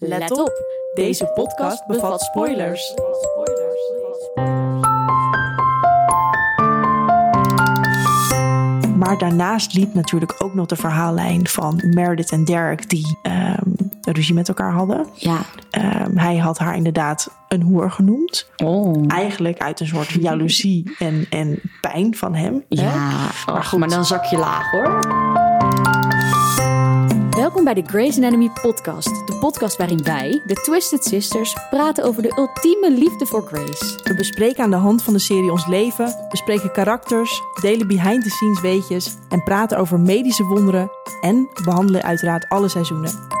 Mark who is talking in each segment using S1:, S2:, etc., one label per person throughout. S1: Let op, deze podcast bevat spoilers.
S2: Maar daarnaast liep natuurlijk ook nog de verhaallijn van Meredith en Derek, die ehm ruzie met elkaar hadden.
S1: Ja.
S2: Ehm, hij had haar inderdaad een hoer genoemd.
S1: Oh.
S2: Eigenlijk uit een soort jaloezie en, en pijn van hem. hè?
S1: Ja, maar goed. Maar dan zak je laag hoor. Welkom bij de Grey's Anatomy podcast. De podcast waarin wij, de Twisted Sisters, praten over de ultieme liefde voor Grace.
S3: We bespreken aan de hand van de serie ons leven, bespreken karakters, delen behind-the-scenes weetjes en praten over medische wonderen en behandelen uiteraard alle seizoenen.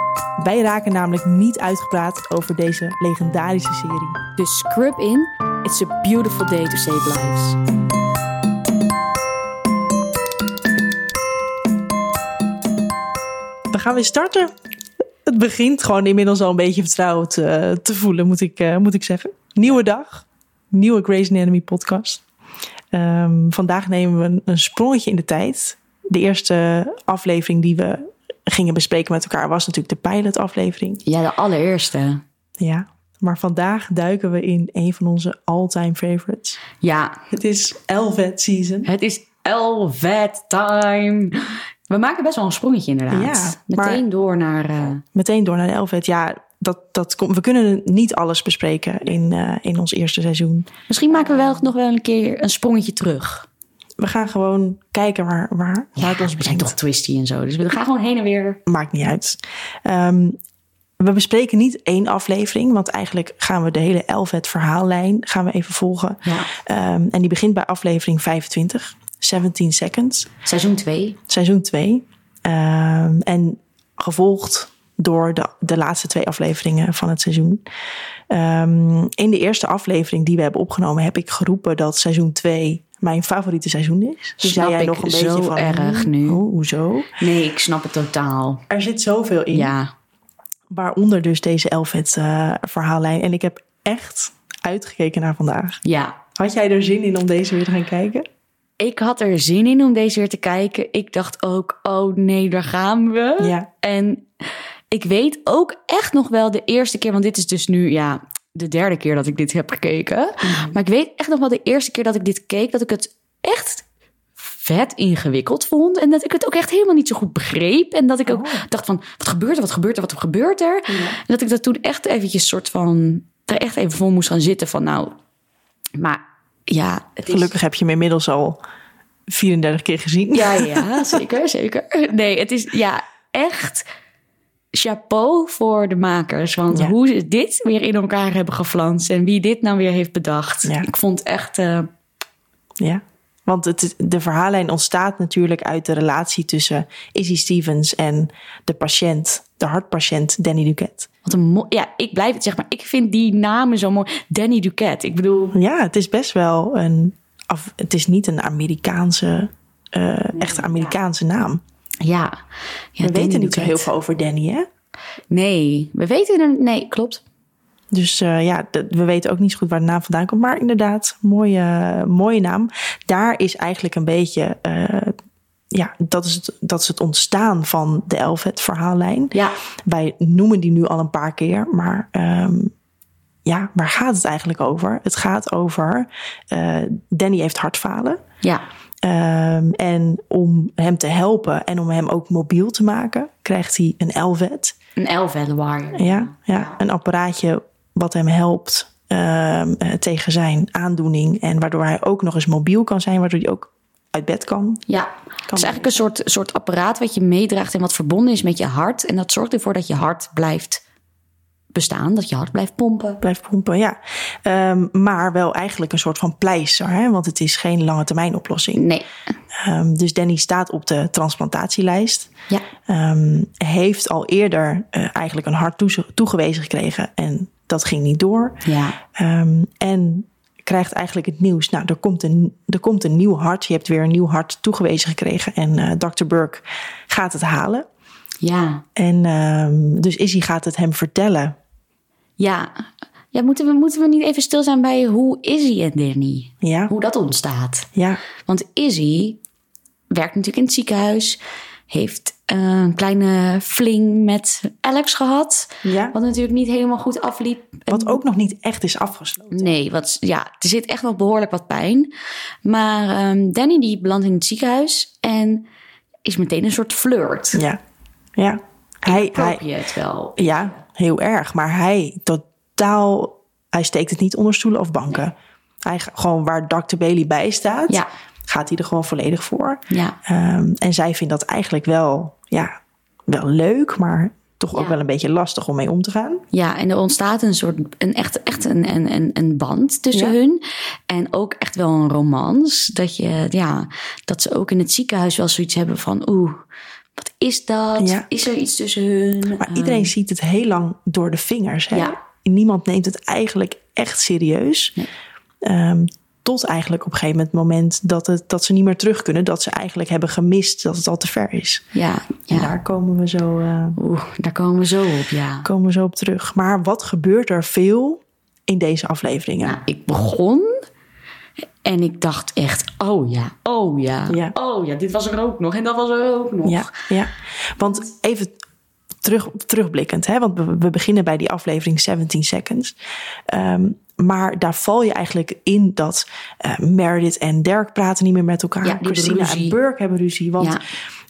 S3: Wij raken namelijk niet uitgepraat over deze legendarische serie.
S1: Dus scrub in. It's a beautiful day to save lives.
S2: We gaan weer starten. Het begint gewoon inmiddels al een beetje vertrouwd eh, te voelen, moet ik, eh, moet ik zeggen. Nieuwe dag, nieuwe Grey's Anatomy podcast. Ehm, vandaag nemen we een, een sprongetje in de tijd. De eerste aflevering die we gingen bespreken met elkaar was natuurlijk de pilot aflevering.
S1: Ja, de allereerste.
S2: Ja, maar vandaag duiken we in een van onze all-time favorites.
S1: Ja,
S2: Het is Elvet Season.
S1: Het is Elvet time. We maken best wel een sprongetje inderdaad.
S2: Ja, maar-
S1: Meteen door naar... eh,
S2: Meteen door naar Elvet. E Ja, dat, dat komt. we kunnen niet alles bespreken in, eh, in ons eerste seizoen.
S1: Misschien maken we wel nog wel een keer een sprongetje terug.
S2: We gaan gewoon kijken waar, waar, waar het ons
S1: we zijn
S2: brengt.
S1: toch twisty en zo. Dus we gaan gewoon heen en weer.
S2: Maakt niet uit. Ehm, we bespreken niet één aflevering, want eigenlijk gaan we de hele Elvet verhaallijn gaan we even volgen.
S1: Ja.
S2: Ehm, en die begint bij aflevering 25, 17 Seconds.
S1: Seizoen 2.
S2: seizoen 2. en gevolgd door de, de laatste twee afleveringen van het seizoen. Ehm, in de eerste aflevering die we hebben opgenomen, heb ik geroepen dat seizoen 2 mijn favoriete seizoen is. Toen
S1: Snap
S2: zei jij
S1: ik
S2: nog een
S1: zo
S2: beetje van.
S1: erg
S2: "Hmm,
S1: nu."
S2: oh, hoezo?
S1: Nee, ik snap het totaal.
S2: Er zit zoveel in.
S1: Ja.
S2: Waaronder dus deze Elfet eh, verhaallijn. En ik heb echt uitgekeken naar vandaag.
S1: Ja.
S2: Had jij er zin in om deze weer te gaan kijken?
S1: Ik had er zin in om deze weer te kijken. Ik dacht ook, oh nee, daar gaan we.
S2: Ja.
S1: En ik weet ook echt nog wel de eerste keer, want dit is dus nu ja, de derde keer dat ik dit heb gekeken.
S2: Mhm.
S1: Maar ik weet echt nog wel de eerste keer dat ik dit keek, dat ik het echt vet ingewikkeld vond. En dat ik het ook echt helemaal niet zo goed begreep. En dat ik
S2: Oh.
S1: ook dacht van, wat gebeurt er, wat gebeurt er, wat gebeurt er? En dat ik dat toen echt eventjes soort van, er echt even voor moest gaan zitten van nou, maar ja. het is-
S2: Gelukkig heb je hem inmiddels al 34 keer gezien.
S1: ja, ja, zeker, zeker. Nee, het is ja echt chapeau voor de makers. Want
S2: Ja.
S1: hoe ze dit weer in elkaar hebben geflanst en wie dit nou weer heeft bedacht.
S2: Ja.
S1: Ik vond echt, eh,
S2: Ja, want het, is- de verhaallijn ontstaat natuurlijk uit de relatie tussen Izzy Stevens en de patiënt, de hartpatiënt Danny Duquette.
S1: wat een mo- ja, ik blijf het zeg maar. Ik vind die namen zo mooi. Danny Duquette, ik bedoel,
S2: Ja, het is best wel een, af, het is niet een Amerikaanse, eh echt Amerikaanse naam.
S1: ja. ja
S2: We weten niet zo heel
S1: veel.
S2: veel over Danny, hè?
S1: Nee, we weten er, nee, klopt.
S2: Dus eh, ja, de- we weten ook niet zo goed waar de naam vandaan komt. Maar inderdaad, mooie, mooie naam. Daar is eigenlijk een beetje, eh, ja, dat is, het, dat is het ontstaan van de Elfet verhaallijn.
S1: Ja,
S2: wij noemen die nu al een paar keer, maar ehm, ja, waar gaat het eigenlijk over? Het gaat over eh, Danny heeft hartfalen.
S1: ja,
S2: Ehm, en om hem te helpen en om hem ook mobiel te maken, krijgt hij een LVET.
S1: een Elven warrior.
S2: Ja, ja, een apparaatje wat hem helpt ehm, eh, tegen zijn aandoening. En waardoor hij ook nog eens mobiel kan zijn, waardoor hij ook uit bed kan.
S1: Ja, het is eigenlijk een soort, soort apparaat wat je meedraagt en wat verbonden is met je hart. En dat zorgt ervoor dat je hart blijft bestaan, dat je hart blijft pompen.
S2: Blijft pompen, ja. Ehm, maar wel eigenlijk een soort van pleister, hè? want het is geen lange termijn oplossing.
S1: Nee,
S2: Ehm, dus Danny staat op de transplantatielijst.
S1: ja,
S2: Ehm, heeft al eerder eh, eigenlijk een hart toeze- toegewezen gekregen. En dat ging niet door.
S1: ja,
S2: Ehm, en krijgt eigenlijk het nieuws. Nou, er komt, een, er komt een nieuw hart. Je hebt weer een nieuw hart toegewezen gekregen. En eh Dr. Burke gaat het halen.
S1: ja,
S2: En ehm, dus Izzy gaat het hem vertellen.
S1: ja. Ja, moeten we, moeten we niet even stil zijn bij hoe Izzy en Danny,
S2: Ja,
S1: hoe dat ontstaat?
S2: ja,
S1: Want Izzy werkt natuurlijk in het ziekenhuis, heeft eh, een kleine fling met Alex gehad.
S2: Ja.
S1: Wat natuurlijk niet helemaal goed afliep.
S2: Wat ook nog niet echt is afgesloten.
S1: Nee, wat, ja, er zit echt wel behoorlijk wat pijn. Maar ehm, Danny die belandt in het ziekenhuis en is meteen een soort flirt.
S2: Ja. Ja. Hij, hij,
S1: Koop je het wel?
S2: Ja, heel erg. Maar hij totaal, hij steekt het niet onder stoelen of banken. Hij ga- gewoon waar Dr. Bailey bij staat,
S1: Ja.
S2: gaat hij er gewoon volledig voor.
S1: Ja.
S2: Ehm, en zij vindt dat eigenlijk wel, ja, wel leuk, maar toch ook
S1: Ja.
S2: wel een beetje lastig om mee om te gaan.
S1: Ja, en er ontstaat een soort, een echt, echt een, een, een, een band tussen
S2: Ja.
S1: hun. En ook echt wel een romans. Dat, je, ja, dat ze ook in het ziekenhuis wel zoiets hebben van, oeh, wat is dat?
S2: Ja.
S1: Is er iets tussen hun?
S2: Maar iedereen ziet het heel lang door de vingers. Hè?
S1: Ah. Ja.
S2: Niemand neemt het eigenlijk echt serieus.
S1: Nee.
S2: Ehm, tot eigenlijk op een gegeven moment moment dat, het, dat ze niet meer terug kunnen. Dat ze eigenlijk hebben gemist dat het al te ver is.
S1: Ja, ja.
S2: En daar komen we zo... eh,
S1: Oeh, daar komen we zo op, ja.
S2: komen we zo op terug. Maar wat gebeurt er veel in deze afleveringen?
S1: Nou, ik begon en ik dacht echt, oh ja, oh ja,
S2: Ja.
S1: oh ja, dit was er ook nog en dat was er ook nog.
S2: Ja, ja. Want even terug, terugblikkend, hè? want we, we beginnen bij die aflevering 17 Seconds. Ehm, maar daar val je eigenlijk in dat eh, Meredith en Dirk praten niet meer met elkaar.
S1: Ja, die hebben
S2: Christina en
S1: ruzie.
S2: Burke hebben ruzie. Want
S1: Ja.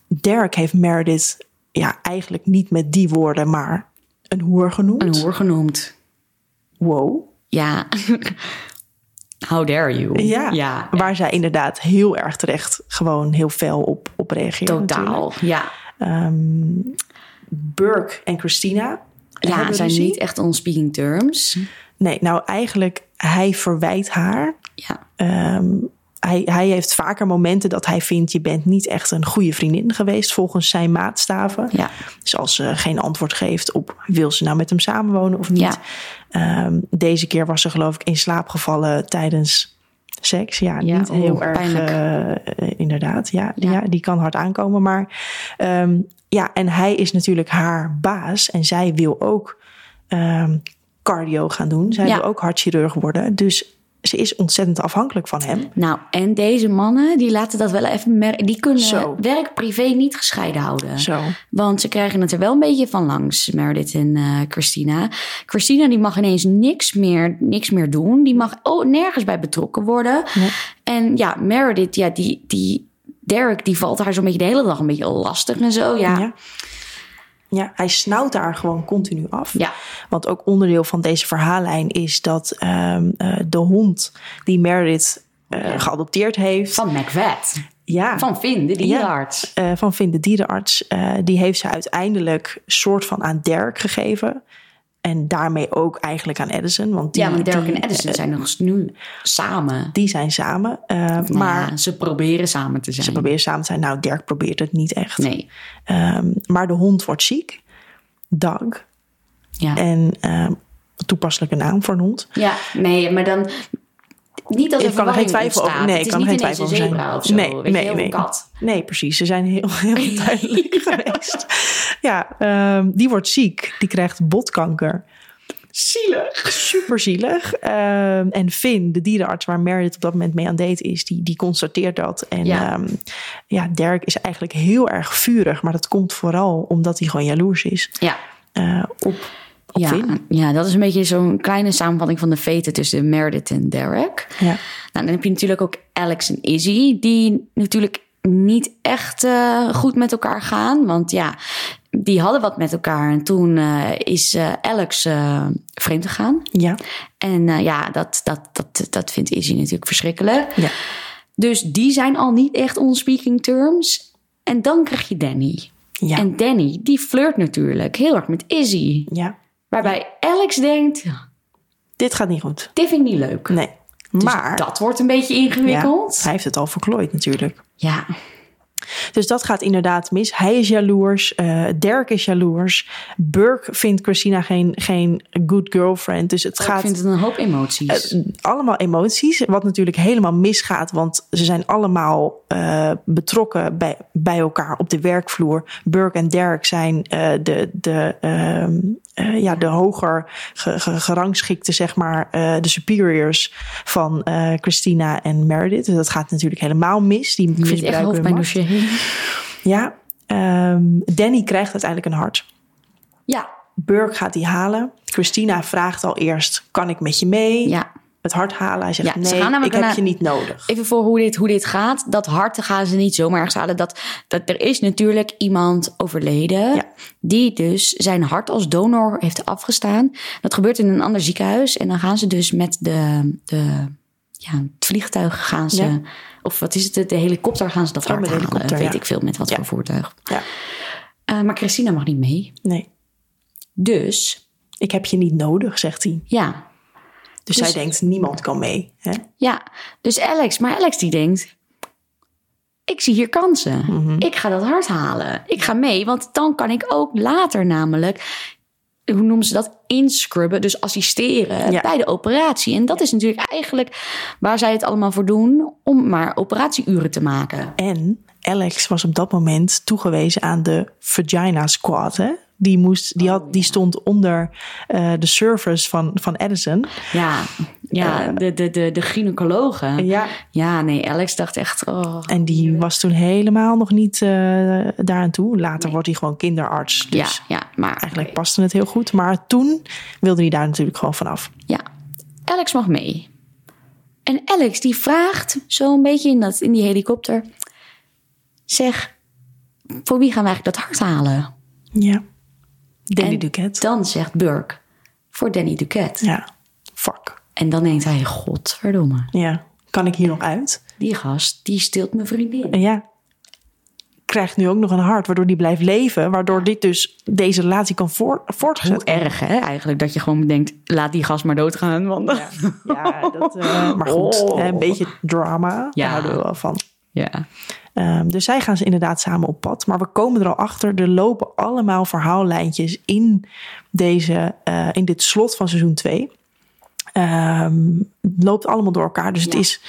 S2: Dirk heeft Meredith ja, eigenlijk niet met die woorden, maar een hoer genoemd.
S1: Een hoer genoemd.
S2: Wow.
S1: Ja. How dare you?
S2: Ja,
S1: ja
S2: waar zij inderdaad heel erg terecht gewoon heel fel op, op reageert. natuurlijk.
S1: totaal. Ja.
S2: Ehm, Burke en Christina.
S1: Ja,
S2: hebben
S1: zijn
S2: ruzie.
S1: niet echt on speaking terms.
S2: Nee, nou eigenlijk, hij verwijt haar.
S1: Ja.
S2: Ehm, hij, hij heeft vaker momenten dat hij vindt... je bent niet echt een goede vriendin geweest... volgens zijn maatstaven.
S1: Ja.
S2: Dus als ze geen antwoord geeft op... wil ze nou met hem samenwonen of niet?
S1: Ja.
S2: Ehm, deze keer was ze geloof ik in slaap gevallen tijdens seks. Ja,
S1: Ja,
S2: niet
S1: oeh,
S2: heel erg...
S1: pijnlijk.
S2: eh, eh, inderdaad, ja, ja.
S1: Ja.
S2: die kan hard aankomen. Maar ehm, ja, en hij is natuurlijk haar baas. En zij wil ook ehm, cardio gaan doen. Zij
S1: Ja.
S2: wil ook hartchirurg worden. Dus ze is ontzettend afhankelijk van hem.
S1: Nou, en deze mannen, die laten dat wel even merken. Die kunnen
S2: Zo.
S1: werk privé niet gescheiden houden.
S2: Zo.
S1: Want ze krijgen het er wel een beetje van langs, Meredith en eh, Christina. Christina die mag ineens niks meer, niks meer doen. Die mag oh, nergens bij betrokken worden. En ja, Meredith, ja, die, die Derek, die valt haar zo'n beetje de hele dag een beetje lastig en zo. Ja,
S2: Ja.
S1: ja.
S2: Ja, hij snauwt haar gewoon continu af.
S1: Ja.
S2: Want ook onderdeel van deze verhaallijn is dat ehm, eh, de hond die Meredith eh, geadopteerd heeft...
S1: van McVet.
S2: ja,
S1: Van vinden die
S2: Ja.
S1: arts.
S2: eh, van Vin, de dierenarts, eh, die heeft ze uiteindelijk soort van aan Dirk gegeven. En daarmee ook eigenlijk aan Edison. Want die,
S1: Ja, want Dirk
S2: die,
S1: en Edison zijn nog eens nu samen.
S2: die zijn samen. eh,
S1: Maar
S2: maar
S1: ze proberen samen te zijn.
S2: ze proberen samen te zijn. Nou, Dirk probeert het niet echt.
S1: Nee.
S2: Ehm, maar de hond wordt ziek. Doug.
S1: Ja.
S2: En ehm, toepasselijke naam voor een hond.
S1: ja, nee, maar dan. Niet dat er
S2: Ik kan er
S1: verwarring
S2: geen twijfel
S1: ontstaat.
S2: over. Nee,
S1: het
S2: ik
S1: is
S2: kan er
S1: niet
S2: geen
S1: ineens
S2: twijfel
S1: een
S2: over
S1: zebra
S2: zijn.
S1: of zo.
S2: Nee,
S1: weet
S2: nee,
S1: je, of
S2: nee.
S1: een kat.
S2: Nee, precies. Ze zijn heel, heel duidelijk geweest. Ja, ehm, die wordt ziek. Die krijgt botkanker.
S1: Zielig.
S2: super zielig. Ehm, en Finn, de dierenarts waar Meredith op dat moment mee aan date is, die, die constateert dat. En ja.
S1: Ja.
S2: ja, Derek is eigenlijk heel erg vurig, maar dat komt vooral omdat hij gewoon jaloers is
S1: Ja.
S2: eh, op, op
S1: Ja,
S2: Finn.
S1: ja, dat is een beetje zo'n kleine samenvatting van de veten tussen Meredith en Derek.
S2: Ja.
S1: Nou, dan heb je natuurlijk ook Alex en Izzy, die natuurlijk niet echt eh, goed met elkaar gaan. Want ja, die hadden wat met elkaar. En toen eh, is eh, Alex eh, vreemd gegaan.
S2: Ja.
S1: En eh, ja, dat, dat, dat, dat vindt Izzy natuurlijk verschrikkelijk.
S2: Ja.
S1: Dus die zijn al niet echt on speaking terms. En dan krijg je Danny.
S2: Ja.
S1: En Danny, die flirt natuurlijk heel erg met Izzy.
S2: ja,
S1: Waarbij Alex denkt,
S2: dit gaat niet goed.
S1: dit vind ik niet leuk.
S2: Nee.
S1: Dus
S2: maar
S1: dat wordt een beetje
S2: ja,
S1: ingewikkeld.
S2: hij heeft het al verklooid natuurlijk.
S1: Ja,
S2: Dus dat gaat inderdaad mis. Hij is jaloers. eh Derek is jaloers. Burke vindt Christina geen, geen good girlfriend. Dus het
S1: Oh, ik
S2: gaat Eh,
S1: vind het een hoop emoties.
S2: allemaal emoties. Wat natuurlijk helemaal misgaat, want ze zijn allemaal eh, betrokken bij, bij elkaar op de werkvloer. Burke en Derek zijn eh, de, de, ehm, eh, ja, de hoger ge- ge- gerangschikte, zeg maar, eh, de superiors van eh, Christina en Meredith. Dus dat gaat natuurlijk helemaal mis. Die
S1: ik vind het echt
S2: misbruiken
S1: hoofd
S2: hun
S1: mijn
S2: macht.
S1: dossier.
S2: Ja, Ehm, Danny krijgt uiteindelijk een hart.
S1: Ja.
S2: Burke gaat die halen. Christina vraagt al eerst, kan ik met je mee?
S1: Ja.
S2: Het hart halen. Hij zegt,
S1: Ja, ze
S2: nee,
S1: gaan
S2: ik
S1: namelijk
S2: heb
S1: naar-
S2: je niet nodig.
S1: Even voor hoe dit, hoe dit gaat. Dat hart gaan ze niet zomaar ergens halen. Dat, dat, er is natuurlijk iemand overleden.
S2: Ja.
S1: Die dus zijn hart als donor heeft afgestaan. Dat gebeurt in een ander ziekenhuis. En dan gaan ze dus met de, de ja, het vliegtuig gaan ze.
S2: Ja.
S1: Of wat is het? De, de helikopter gaan ze dat hart
S2: met de
S1: halen.
S2: helikopter,
S1: weet
S2: ja.
S1: ik veel met wat
S2: Ja.
S1: voor voertuig.
S2: Ja.
S1: Eh, maar Christina mag niet mee.
S2: Nee,
S1: Dus
S2: ik heb je niet nodig, zegt hij.
S1: ja,
S2: Dus,
S1: Dus-
S2: zij denkt, niemand kan mee. Hè?
S1: Ja, dus Alex, maar Alex die denkt, ik zie hier kansen.
S2: Mhm.
S1: Ik ga dat hart halen. Ik ga mee, want dan kan ik ook later namelijk, hoe noemen ze dat, inscrubben, dus assisteren
S2: Ja.
S1: bij de operatie. En dat is natuurlijk eigenlijk waar zij het allemaal voor doen, om maar operatieuren te maken.
S2: En Alex was op dat moment toegewezen aan de Vagina Squad. Hè? Die, moest, die,
S1: Oh,
S2: had, die stond onder eh, de service van, van Edison.
S1: Ja, ja de, de, de, de gynaecologen.
S2: Eh. Ja.
S1: Ja, nee, Alex dacht echt, oh.
S2: En die was toen helemaal nog niet eh daar aan toe. Later wordt hij gewoon kinderarts. Dus
S1: ja, ja, maar
S2: eigenlijk paste het heel goed. Maar toen wilde hij daar natuurlijk gewoon vanaf.
S1: Ja, Alex mag mee. En Alex die vraagt zo'n beetje in, dat, in die helikopter... Zeg, voor wie gaan we eigenlijk dat hart halen?
S2: Ja. Danny
S1: En
S2: Duquette.
S1: Dan zegt Burke, voor Danny Duquette.
S2: Ja. Fuck.
S1: En dan denkt hij, godverdomme,
S2: Ja. Kan ik hier nog uit?
S1: die gast die stilt mijn vriendin.
S2: En ja, krijgt nu ook nog een hart, waardoor die blijft leven. Waardoor dit dus, deze relatie kan voort,
S1: Hoe
S2: voortgezet
S1: erg hè, eigenlijk, dat je gewoon denkt, laat die gast maar doodgaan. Want... Ja.
S2: Ja, dat, eh, maar goed,
S1: Oh.
S2: hè, een beetje drama, daar
S1: Ja.
S2: houden we wel van.
S1: ja.
S2: Ehm, dus zij gaan ze inderdaad samen op pad. Maar we komen er al achter, er lopen allemaal verhaallijntjes in, deze, eh, in dit slot van seizoen 2. het loopt allemaal door elkaar. Dus het
S1: Ja.
S2: is,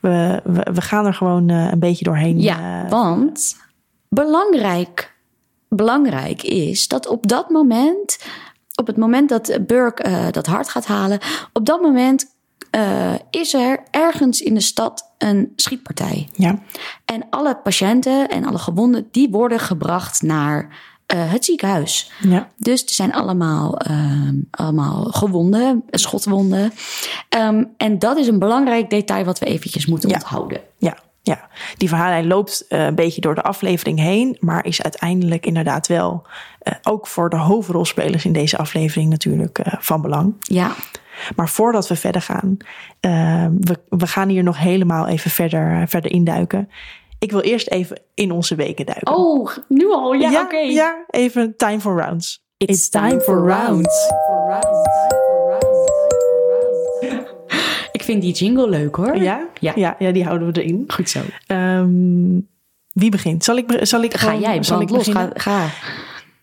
S2: we, we, we gaan er gewoon eh, een beetje doorheen. eh,
S1: want belangrijk, belangrijk is dat op dat moment, op het moment dat Burke eh, dat hart gaat halen, op dat moment eh, is er ergens in de stad een schietpartij.
S2: ja.
S1: En alle patiënten en alle gewonden, die worden gebracht naar eh, het ziekenhuis.
S2: ja.
S1: Dus er zijn allemaal, ehm, allemaal gewonden, schotwonden. Ehm, en dat is een belangrijk detail wat we eventjes moeten
S2: Ja.
S1: onthouden.
S2: Ja, ja. die verhaallijn loopt eh, een beetje door de aflevering heen, maar is uiteindelijk inderdaad wel eh, ook voor de hoofdrolspelers in deze aflevering natuurlijk eh, van belang.
S1: Ja,
S2: Maar voordat we verder gaan, eh, we, we gaan hier nog helemaal even verder, eh, verder induiken. Ik wil eerst even in onze weken duiken.
S1: Oh, nu al? Ja,
S2: ja,
S1: oké.
S2: ja, even time for rounds.
S1: It's time for rounds. Ik vind die jingle leuk hoor.
S2: Ja?
S1: Ja.
S2: Ja, ja, die houden we erin.
S1: Goed zo.
S2: Ehm, wie begint? Zal ik, be- zal ik
S1: Ga
S2: gewoon-
S1: jij,
S2: zal ik
S1: brand los.
S2: beginnen?
S1: Ga, ga.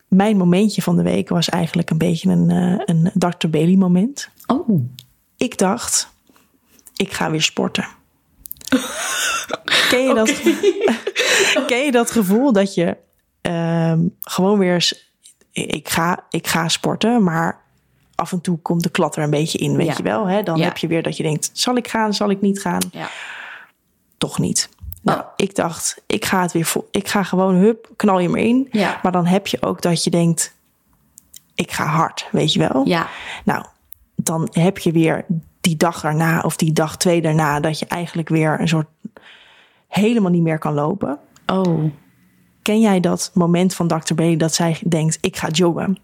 S2: Mijn momentje van de week was eigenlijk een beetje een, eh, een Dr. Bailey moment.
S1: Oh.
S2: Ik dacht, ik ga weer sporten. ken, je dat, ken je dat gevoel dat je ehm, gewoon weer eens... Ik ga, ik ga sporten, maar af en toe komt de klat er een beetje in, weet
S1: Ja.
S2: je wel. Hè? Dan
S1: Ja.
S2: heb je weer dat je denkt, zal ik gaan, zal ik niet gaan?
S1: Ja.
S2: Toch niet. Nou, ik dacht, ik ga het weer vol. Ik ga gewoon, hup, knal je maar in.
S1: Ja.
S2: Maar dan heb je ook dat je denkt, ik ga hard, weet je wel.
S1: Ja.
S2: Nou, dan heb je weer die dag daarna of die dag twee daarna dat je eigenlijk weer een soort helemaal niet meer kan lopen.
S1: Oh.
S2: Ken jij dat moment van Dr. B dat zij denkt, ik ga joggen?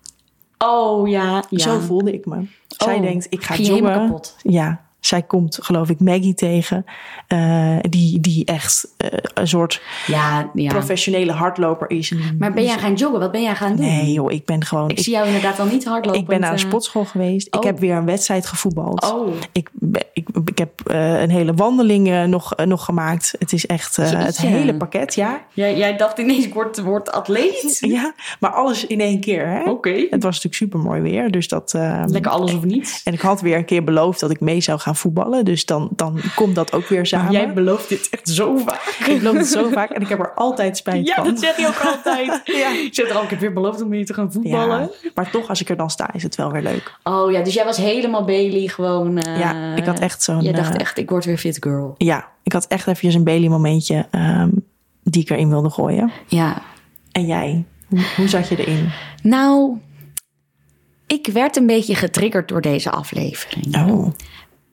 S1: Oh ja. ja.
S2: Zo voelde ik me. Zij
S1: Oh,
S2: denkt, ik ga
S1: ging je helemaal
S2: joggen.
S1: kapot.
S2: Ja, zij komt geloof ik Maggie tegen, eh, die, die echt eh, een soort
S1: Ja, ja.
S2: professionele hardloper is.
S1: Maar ben jij gaan joggen? Wat ben jij gaan doen?
S2: Nee joh, ik ben gewoon...
S1: Mm. Ik zie jou inderdaad al niet hardlopen.
S2: Ik ben naar een
S1: eh,
S2: sportschool geweest. Ik
S1: oh.
S2: heb weer een wedstrijd gevoetbald.
S1: Oh.
S2: Ik, be- ik, ik heb eh, een hele wandeling eh, nog, eh, nog gemaakt. Het is echt eh, het
S1: Jeetje.
S2: hele pakket, ja.
S1: Jij, jij dacht ineens, ik word, word atleet.
S2: ja. Maar alles in één keer, hè. Het was natuurlijk super mooi weer, dus dat... eh,
S1: Lekker alles of niets.
S2: En ik had weer een keer beloofd dat ik mee zou gaan voetballen. Dus dan, dan komt dat ook weer samen.
S1: Jij belooft dit echt zo vaak.
S2: Ik beloof het zo vaak en ik heb er altijd spijt
S1: Ja,
S2: van.
S1: dat zeg je ook altijd.
S2: Ja.
S1: Je zegt er al, ik heb weer beloofd om hier te gaan voetballen.
S2: Ja, maar toch, als ik er dan sta, is het wel weer leuk.
S1: Oh ja, dus jij was helemaal Bailey gewoon. eh,
S2: Ja, ik had echt zo'n,
S1: Jij dacht
S2: eh,
S1: echt, ik word weer fit girl.
S2: Ja, ik had echt eventjes een Bailey momentje ehm, die ik erin wilde gooien.
S1: Ja.
S2: En jij, hoe, hoe zat je erin?
S1: Nou, ik werd een beetje getriggerd door deze aflevering.
S2: Oh,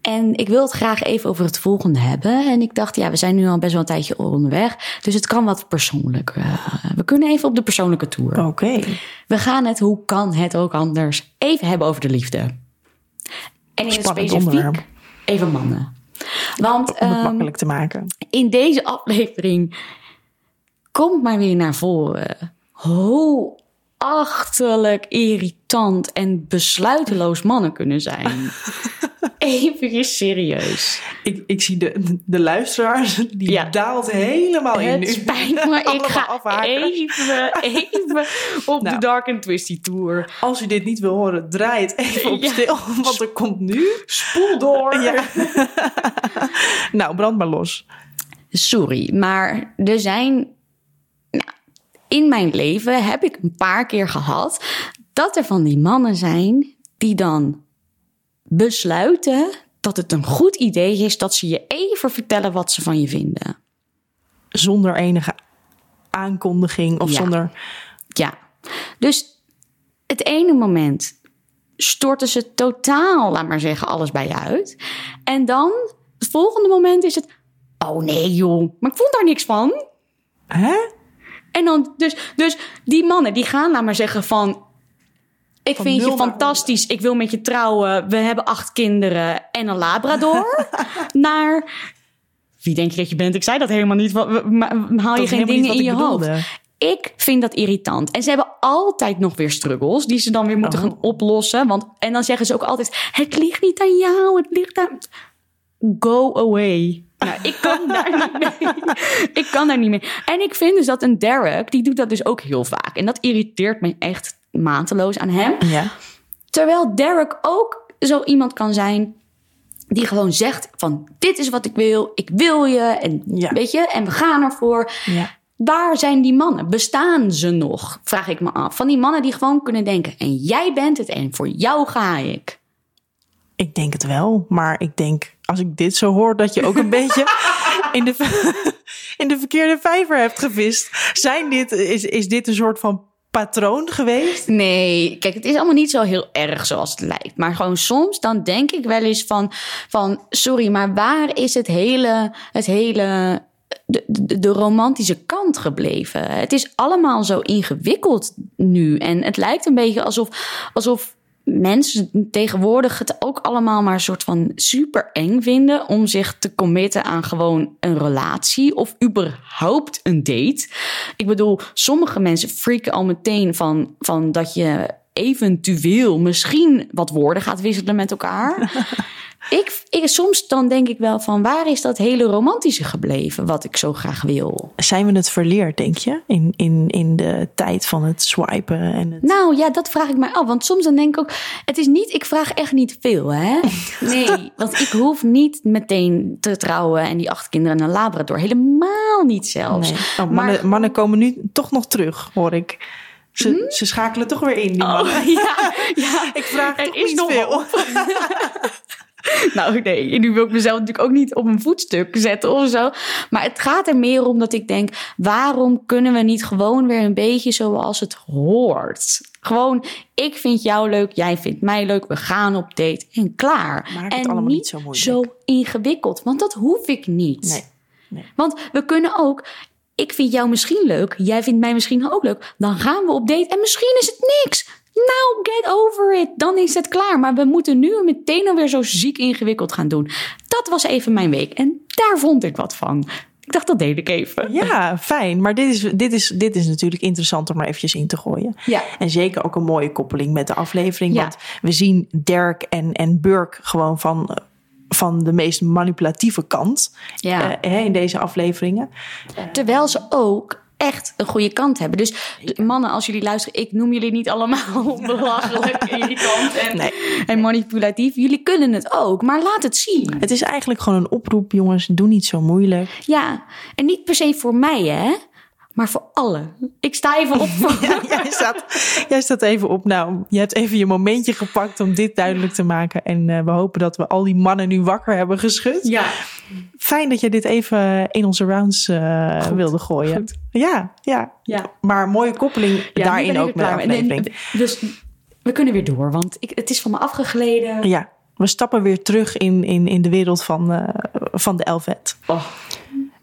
S1: En ik wil het graag even over het volgende hebben. En ik dacht, ja, we zijn nu al best wel een tijdje onderweg. Dus het kan wat persoonlijk. eh, we kunnen even op de persoonlijke tour.
S2: oké.
S1: We gaan het, hoe kan het ook anders, even hebben over de liefde. En in het
S2: Spannend
S1: specifiek
S2: onderwerp.
S1: even mannen. Want
S2: Om het
S1: ehm,
S2: makkelijk te maken.
S1: in deze aflevering komt maar weer naar voren hoe achterlijk irritant en besluiteloos mannen kunnen zijn. Even serieus.
S2: Ik, ik zie de, de luisteraar, die
S1: Ja.
S2: daalt helemaal in Oh, nu.
S1: Het spijt me, ik
S2: Allemaal
S1: ga
S2: afhaken.
S1: even, even op
S2: Nou.
S1: de Dark and Twisty Tour.
S2: Als u dit niet wil horen, draai het even op
S1: Ja.
S2: stil, want er komt nu...
S1: Spoel door.
S2: Ja. nou, brand maar los.
S1: Sorry, maar er zijn. Nou, in mijn leven heb ik een paar keer gehad dat er van die mannen zijn die dan besluiten dat het een goed idee is dat ze je even vertellen wat ze van je vinden.
S2: Zonder enige aankondiging of
S1: Ja.
S2: zonder...
S1: Ja, dus het ene moment storten ze totaal, laat maar zeggen, alles bij je uit. En dan, het volgende moment is het, oh nee joh, maar ik vond daar niks van.
S2: Hè?
S1: En dan, dus, dus die mannen die gaan, laat maar zeggen, van. Ik
S2: Van
S1: vind
S2: nul
S1: je
S2: naar
S1: fantastisch, ik wil met je trouwen, we hebben acht kinderen en een Labrador. naar. Wie denk je dat je bent? Ik zei dat helemaal niet. wa- wa- maar Haal je
S2: is helemaal
S1: geen
S2: niet
S1: dingen
S2: wat
S1: in
S2: ik
S1: je
S2: bedoelde.
S1: hoofd? Ik vind dat irritant. En ze hebben altijd nog weer struggles die ze dan weer moeten
S2: Oh.
S1: gaan oplossen. Want, en dan zeggen ze ook altijd: Het ligt niet aan jou, het ligt aan. Go away. Nou, ik kan daar niet mee. Ik kan daar niet mee. En ik vind dus dat een Derek, die doet dat dus ook heel vaak. En dat irriteert me echt mateloos aan hem.
S2: Ja.
S1: Terwijl Derek ook zo iemand kan zijn die gewoon zegt van dit is wat ik wil, ik wil je en
S2: Ja.
S1: weet je en we gaan ervoor.
S2: ja.
S1: Waar zijn die mannen? Bestaan ze nog? Vraag ik me af. Van die mannen die gewoon kunnen denken en jij bent het en voor jou ga ik.
S2: Ik denk het wel, maar ik denk als ik dit zo hoor dat je ook een beetje in de, ver- in de verkeerde vijver hebt gevist. Zijn dit, is, is dit een soort van patroon geweest?
S1: Nee, kijk, het is allemaal niet zo heel erg zoals het lijkt. Maar gewoon soms, dan denk ik wel eens van, van sorry, maar waar is het hele, het hele, de, de, de romantische kant gebleven? Het is allemaal zo ingewikkeld nu. En het lijkt een beetje alsof, alsof mensen tegenwoordig het ook allemaal maar een soort van super eng vinden om zich te committen aan gewoon een relatie of überhaupt een date. Ik bedoel, sommige mensen freaken al meteen van, van dat je eventueel misschien wat woorden gaat wisselen met elkaar. ik, ik, soms dan denk ik wel van waar is dat hele romantische gebleven wat ik zo graag wil.
S2: Zijn we het verleerd, denk je? In, in, in de tijd van het swipen en het...
S1: Nou ja, dat vraag ik mij af. Want soms dan denk ik ook, het is niet, ik vraag echt niet veel, hè? Nee, want ik hoef niet meteen te trouwen en die acht kinderen en een labrador. Helemaal niet zelfs.
S2: Nee. Oh, mannen,
S1: Maar-
S2: mannen komen nu toch nog terug, hoor ik. Ze, ze schakelen toch weer in, die mannen.
S1: Hmm? Oh, ja, ja.
S2: Ik vraag
S1: Er
S2: toch
S1: is
S2: niet
S1: nog
S2: veel.
S1: Nou nee, nu wil ik mezelf natuurlijk ook niet op een voetstuk zetten of zo. Maar het gaat er meer om dat ik denk, waarom kunnen we niet gewoon weer een beetje zoals het hoort? Gewoon, ik vind jou leuk, jij vindt mij leuk, we gaan op date en klaar.
S2: Maak het
S1: en
S2: allemaal niet zo moeilijk.
S1: zo ingewikkeld, want dat hoef ik niet.
S2: Nee.
S1: Want we kunnen ook, ik vind jou misschien leuk, jij vindt mij misschien ook leuk. Dan gaan we op date en misschien is het niks. Nou, get over it. Dan is het klaar. Maar we moeten nu meteen alweer zo ziek ingewikkeld gaan doen. Dat was even mijn week en daar vond ik wat van. Ik dacht, dat deed ik even.
S2: Ja, fijn. Maar dit is, dit, is, dit is natuurlijk interessant om er eventjes in te gooien.
S1: Ja.
S2: En zeker ook een mooie koppeling met de aflevering.
S1: Ja.
S2: Want we zien Dirk en, en Burke gewoon van, eh, van de meest manipulatieve kant
S1: Ja.
S2: eh, hè, in deze afleveringen.
S1: Terwijl ze ook echt een goede kant hebben. Dus de mannen, als jullie luisteren, ik noem jullie niet allemaal belachelijk, irritant en,
S2: Nee.
S1: en manipulatief. Jullie kunnen het ook, maar laat het zien.
S2: Het is eigenlijk gewoon een oproep, jongens. Doe niet zo moeilijk.
S1: Ja, en niet per se voor mij, hè? Maar voor allen. Ik sta even op voor...
S2: Ja, jij, staat, jij staat even op. Nou, je hebt even je momentje gepakt om dit duidelijk te maken. En eh, we hopen dat we al die mannen nu wakker hebben geschud.
S1: Ja.
S2: Fijn dat je dit even in onze rounds eh,
S1: Goed,
S2: wilde gooien.
S1: goed.
S2: Ja, ja.
S1: Ja.
S2: Maar mooie koppeling
S1: Ja, nu ben
S2: daarin
S1: ik
S2: ook
S1: er
S2: met de
S1: klaar mee.
S2: aflevering.
S1: Nee, Dus we kunnen weer door, want ik, het is van me afgegleden.
S2: Ja, we stappen weer terug in, in, in de wereld van, eh, van de Elvet.
S1: Oh.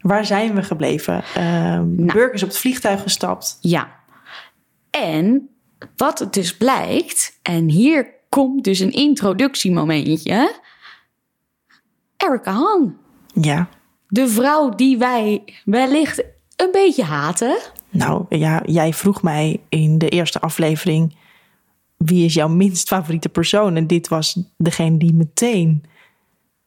S2: Waar zijn we gebleven? Ehm
S1: Nou.
S2: Burke is op het vliegtuig gestapt.
S1: Ja. En wat het dus blijkt, en hier komt dus een introductiemomentje. Erica Han,
S2: Ja,
S1: de vrouw die wij wellicht een beetje haten.
S2: nou ja, jij vroeg mij in de eerste aflevering... wie is jouw minst favoriete persoon? En dit was degene die meteen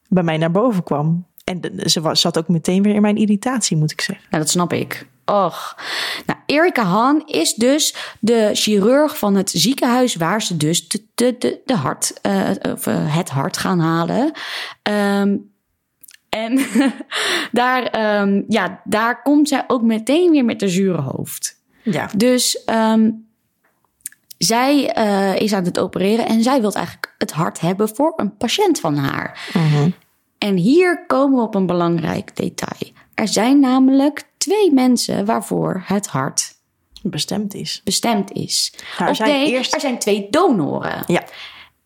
S2: bij mij naar boven kwam. En de- ze was, zat ook meteen weer in mijn irritatie, moet ik zeggen.
S1: Nou, dat snap ik. Och. Nou, Erika Han is dus de chirurg van het ziekenhuis waar ze dus de, de, de, de hart, eh, of eh, het hart gaan halen. Ehm, en daar, ehm, ja, daar komt zij ook meteen weer met de zure hoofd.
S2: Ja,
S1: Dus ehm, zij eh, is aan het opereren en zij wil eigenlijk het hart hebben voor een patiënt van haar.
S2: Mhm.
S1: En hier komen we op een belangrijk detail. Er zijn namelijk twee mensen waarvoor het hart
S2: bestemd is.
S1: bestemd is.
S2: Nou, er
S1: Of
S2: zijn
S1: nee,
S2: eerst-
S1: er zijn twee donoren.
S2: Ja,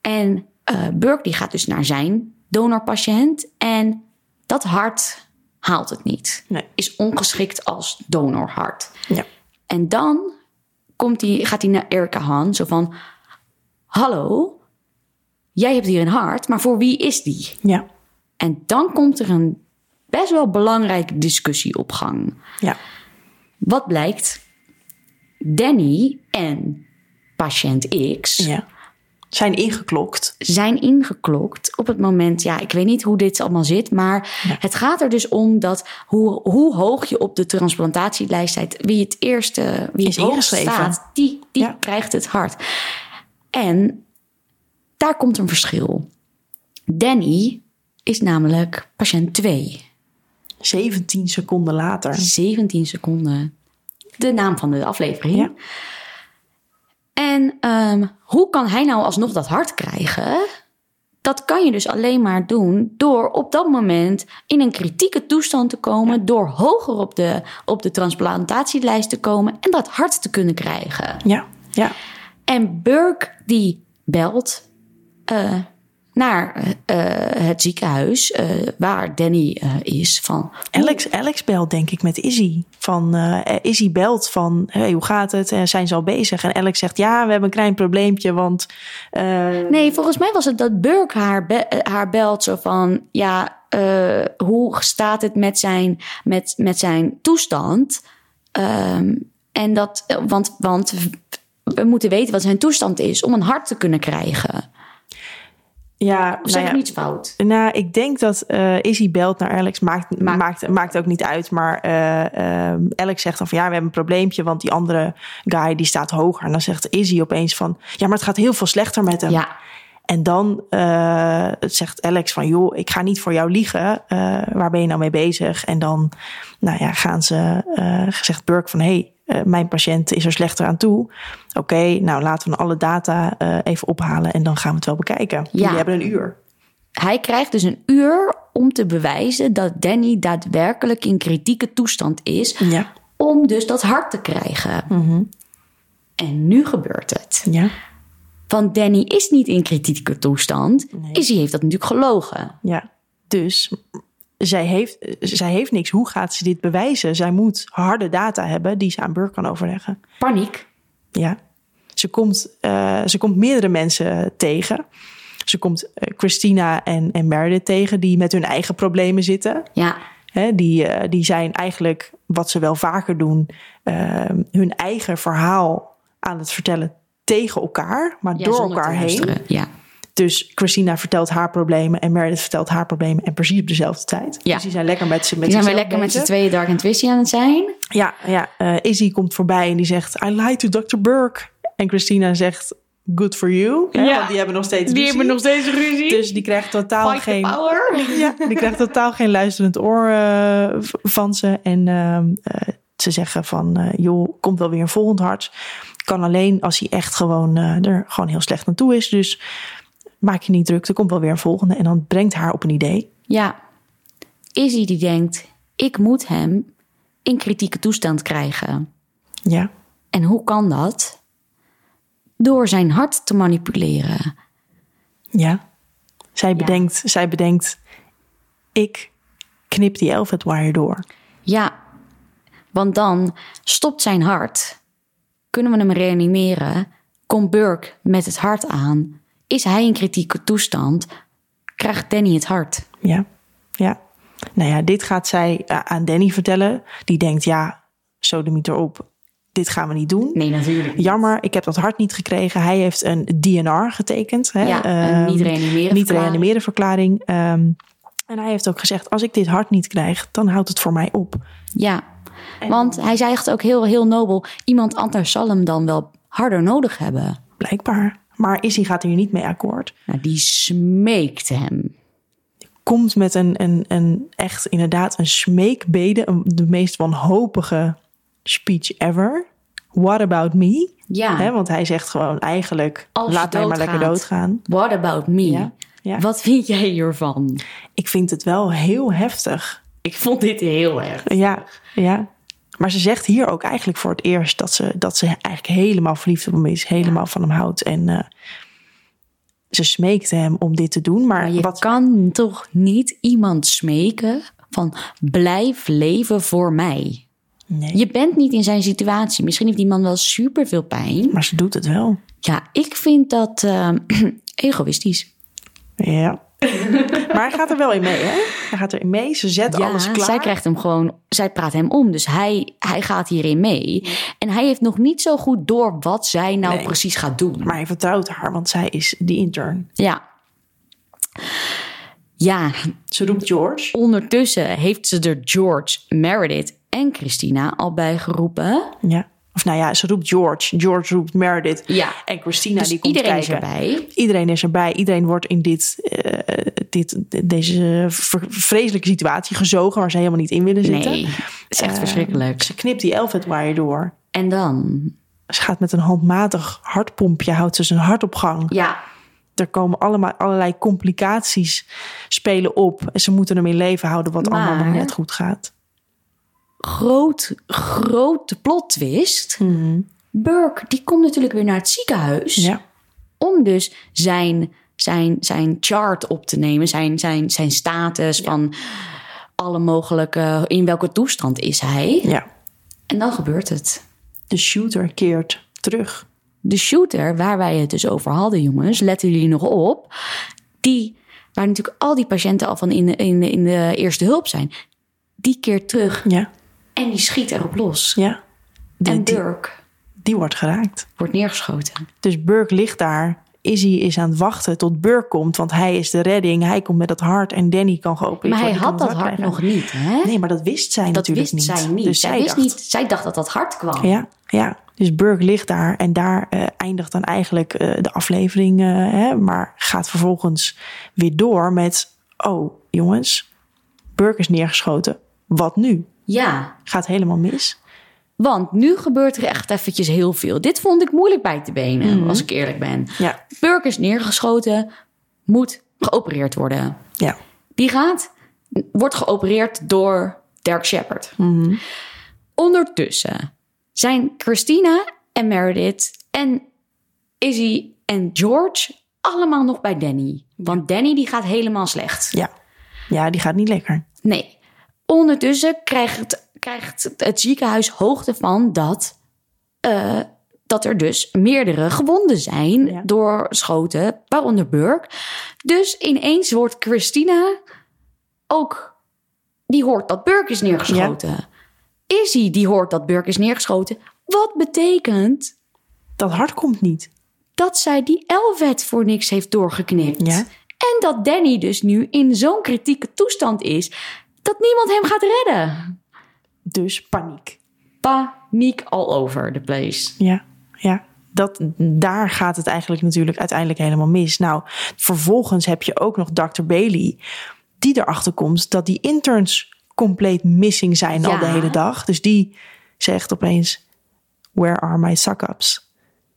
S1: En eh Burke die gaat dus naar zijn donorpatiënt en dat hart haalt het niet.
S2: Nee.
S1: Is ongeschikt als donorhart.
S2: ja.
S1: En dan komt die, gaat hij naar Erika Han. Zo van: Hallo, jij hebt hier een hart, maar voor wie is die?
S2: ja.
S1: En dan komt er een best wel belangrijke discussie op gang.
S2: ja.
S1: Wat blijkt? Danny en patiënt X
S2: ja. Zijn ingeklokt.
S1: zijn ingeklokt op het moment. Ja, ik weet niet hoe dit allemaal zit, maar het gaat er dus om dat hoe, hoe hoog je op de transplantatielijst staat, wie het eerste, wie
S2: Is
S1: het hoogst
S2: ingeschreven.
S1: staat, die, die
S2: Ja.
S1: krijgt het hart. En daar komt een verschil. Danny is namelijk patiënt 2.
S2: 17 seconden later.
S1: 17 seconden. De naam van de aflevering.
S2: Ja.
S1: En ehm, hoe kan hij nou alsnog dat hart krijgen? Dat kan je dus alleen maar doen door op dat moment in een kritieke toestand te komen, door hoger op de, op de transplantatielijst te komen en dat hart te kunnen krijgen.
S2: Ja, ja.
S1: En Burke die belt eh, naar eh, het ziekenhuis eh, waar Danny eh, is van
S2: Alex, Alex belt denk ik met Izzy. Van, eh, Izzy belt van, hey, hoe gaat het? Eh, zijn ze al bezig? En Alex zegt, ja, we hebben een klein probleempje, want... eh,
S1: Nee, volgens mij was het dat Burke haar, be- eh, haar belt zo van... ja, eh, hoe staat het met zijn, met, met zijn toestand? Ehm, en dat, eh, want, want we moeten weten wat zijn toestand is... om een hart te kunnen krijgen. Of
S2: ja, nou
S1: zeg
S2: ja.
S1: ik niets fout?
S2: Nou, ik denk dat eh Izzy belt naar Alex. Maakt,
S1: Maakt-
S2: maakt, maakt ook niet uit. Maar eh, ehm, Alex zegt dan van ja, we hebben een probleempje. Want die andere guy die staat hoger. En dan zegt Izzy opeens van ja, maar het gaat heel veel slechter met hem.
S1: Ja.
S2: En dan eh, zegt Alex van joh, ik ga niet voor jou liegen. Eh, waar ben je nou mee bezig? En dan nou ja, gaan ze, eh zegt Burke van hé, hey, eh, mijn patiënt is er slechter aan toe. Oké, nou laten we alle data eh, even ophalen en dan gaan we het wel bekijken. Jullie hebben een uur.
S1: Hij krijgt dus een uur om te bewijzen... dat Danny daadwerkelijk in kritieke toestand is...
S2: Ja.
S1: om dus dat hart te krijgen.
S2: Mhm.
S1: En nu gebeurt het.
S2: Ja,
S1: Want Danny is niet in kritieke toestand. Izzy heeft dat natuurlijk gelogen.
S2: ja. Dus zij heeft, zij heeft niks. Hoe gaat ze dit bewijzen? Zij moet harde data hebben die ze aan Burke kan overleggen.
S1: Paniek.
S2: Ja. Ze komt, eh, ze komt meerdere mensen tegen. Ze komt eh, Christina en, en Meredith tegen die met hun eigen problemen zitten.
S1: Ja,
S2: Hè, die, eh, die zijn eigenlijk, wat ze wel vaker doen, eh, hun eigen verhaal aan het vertellen tegen elkaar, maar
S1: ja,
S2: door
S1: zonder te
S2: elkaar heen.
S1: luisteren. Ja.
S2: Dus Christina vertelt haar problemen en Meredith vertelt haar problemen en precies op dezelfde tijd.
S1: Ja.
S2: Dus die zijn lekker met z'n met
S1: Die zijn we
S2: zichzelf
S1: lekker met z'n
S2: bezig.
S1: tweeën dark en twisty aan het zijn.
S2: Ja, ja. eh, Izzy komt voorbij en die zegt, I lied to Dr. Burke. En Christina zegt, good for you. Hè,
S1: Ja.
S2: Want die hebben nog steeds ruzie.
S1: steeds ruzie.
S2: Dus die krijgt totaal geen...
S1: power.
S2: Ja, die krijgt totaal geen luisterend oor eh, v- van ze. En ehm, eh, ze zeggen van, eh, joh, komt wel weer een volgend hart. Kan alleen als hij echt gewoon eh, er gewoon heel slecht aan toe is. Dus maak je niet druk, er komt wel weer een volgende. En dan brengt haar op een idee.
S1: Ja. Izzy die denkt, ik moet hem in kritieke toestand krijgen.
S2: Ja.
S1: En hoe kan dat? Door zijn hart te manipuleren.
S2: Ja. Zij bedenkt, zij bedenkt, ik knip die Elvet wire door.
S1: Ja, want dan stopt zijn hart. Kunnen we hem reanimeren? Komt Burke met het hart aan? Is hij in kritieke toestand? Krijgt Danny het hart?
S2: Ja. Ja. Nou ja, dit gaat zij eh, aan Danny vertellen. Die denkt, ja, sodemieter op. Dit gaan we niet doen.
S1: Nee, natuurlijk.
S2: Jammer, ik heb dat hart niet gekregen. Hij heeft een DNR getekend. Hè?
S1: Ja, een
S2: Ehm,
S1: niet reanimeren
S2: Niet
S1: verklaring.
S2: reanimeren verklaring. Ehm, en hij heeft ook gezegd, als ik dit hart niet krijg, dan houdt het voor mij op.
S1: Ja, want hij zei echt ook heel, heel nobel: iemand anders zal hem dan wel harder nodig hebben.
S2: Blijkbaar. Maar Izzy gaat hier niet mee akkoord.
S1: Nou, die smeekte hem.
S2: Komt met een, een, een echt inderdaad een smeekbede. een- de meest wanhopige speech ever. What about me?
S1: Ja.
S2: Hè, want hij zegt gewoon eigenlijk,
S1: Als je
S2: laat mij maar lekker
S1: doodgaat.
S2: doodgaan.
S1: What about me?
S2: Ja, ja.
S1: Wat vind jij hiervan?
S2: Ik vind het wel heel heftig.
S1: Ik vond dit heel erg.
S2: Ja, ja. Maar ze zegt hier ook eigenlijk voor het eerst dat ze, dat ze eigenlijk helemaal verliefd op hem is, helemaal van hem houdt. En eh, ze smeekte hem om dit te doen. Maar,
S1: Maar je
S2: wat,
S1: kan toch niet iemand smeken van blijf leven voor mij.
S2: nee,
S1: Je bent niet in zijn situatie. Misschien heeft die man wel super veel pijn.
S2: maar ze doet het wel.
S1: Ja, ik vind dat ehm, egoïstisch.
S2: Ja. maar hij gaat er wel in mee, hè? Hij gaat erin mee. Ze zet
S1: Ja,
S2: alles klaar.
S1: zij krijgt hem gewoon, zij praat hem om. Dus hij, hij gaat hierin mee. En hij heeft nog niet zo goed door wat zij nou
S2: Nee.
S1: precies gaat doen.
S2: Maar hij vertrouwt haar, want zij is die intern.
S1: Ja. Ja,
S2: Ze roept George.
S1: ondertussen heeft ze er George, Meredith en Christina al bij geroepen.
S2: Ja. Of nou ja, ze roept George. George roept Meredith.
S1: Ja.
S2: En Christina
S1: Dus
S2: die komt
S1: iedereen is
S2: kijken.
S1: erbij.
S2: Iedereen is erbij. Iedereen wordt in dit, eh, dit, deze ver- vreselijke situatie gezogen waar ze helemaal niet in willen zitten.
S1: Nee, het is echt verschrikkelijk.
S2: Ze knipt die Elvet wire door.
S1: En dan?
S2: Ze gaat met een handmatig hartpompje, houdt ze zijn hart op gang.
S1: Ja.
S2: Er komen allemaal, allerlei complicaties spelen op. En ze moeten hem in leven houden, wat allemaal nog
S1: Maar-
S2: net goed gaat.
S1: Groot, grote plot twist. Burke, die komt natuurlijk weer naar het ziekenhuis.
S2: Mhm. Ja.
S1: om dus zijn, zijn, zijn chart op te nemen, zijn, zijn, zijn status van alle mogelijke, in welke toestand is hij.
S2: ja.
S1: En dan gebeurt het.
S2: De shooter keert terug.
S1: De shooter, waar wij het dus over hadden, jongens, letten jullie nog op, die, waar natuurlijk al die patiënten al van in de, in de, in de eerste hulp zijn, die keert terug
S2: Ja.
S1: en die schiet erop los.
S2: Ja. De-
S1: en
S2: die,
S1: Dirk
S2: die wordt geraakt.
S1: wordt neergeschoten.
S2: Dus Burke ligt daar. Izzy is aan het wachten tot Burke komt, want hij is de redding. Hij komt met dat hart en Danny kan geopereerd
S1: Maar hij
S2: worden, die
S1: had dat
S2: kan het
S1: hart nog
S2: krijgen.
S1: niet, hè?
S2: Nee, maar dat wist zij
S1: dat
S2: natuurlijk
S1: wist
S2: niet.
S1: zij niet.
S2: Dus
S1: zij,
S2: zij
S1: wist
S2: dacht,
S1: niet. zij dacht dat dat hart kwam.
S2: Ja, ja. Dus Burke ligt daar en daar eh, eindigt dan eigenlijk eh, de aflevering, eh, hè, maar gaat vervolgens weer door met: Oh, jongens, Burke is neergeschoten. Wat nu?
S1: ja.
S2: Gaat helemaal mis.
S1: Want nu gebeurt er echt eventjes heel veel. Dit vond ik moeilijk bij te benen, als ik eerlijk ben.
S2: Mhm. Ja,
S1: Burke is neergeschoten, moet geopereerd worden.
S2: ja,
S1: Die gaat, wordt geopereerd door Dirk Shepard. Ondertussen zijn Christina en Meredith en Izzy en George allemaal nog bij Danny. Want Danny die gaat helemaal slecht.
S2: ja. Ja, die gaat niet lekker.
S1: Nee. Ondertussen krijgt, krijgt het ziekenhuis hoogte van dat, eh, dat er dus meerdere gewonden zijn
S2: Ja.
S1: door schoten, waaronder Burke. Dus ineens wordt Christina ook, die hoort dat Burke is neergeschoten. Izzy, die hoort dat Burke is neergeschoten. Wat betekent
S2: Dat hart komt niet.
S1: dat zij die Elvet voor niks heeft doorgeknipt.
S2: Ja.
S1: En dat Danny dus nu in zo'n kritieke toestand is dat niemand hem gaat redden.
S2: Dus paniek.
S1: Paniek all over the place.
S2: Ja, ja. Dat, daar gaat het eigenlijk natuurlijk uiteindelijk helemaal mis. Nou, vervolgens heb je ook nog Dr. Bailey, die erachter komt dat die interns compleet missing zijn al
S1: Ja.
S2: de hele dag. Dus die zegt opeens: Where are my suck-ups?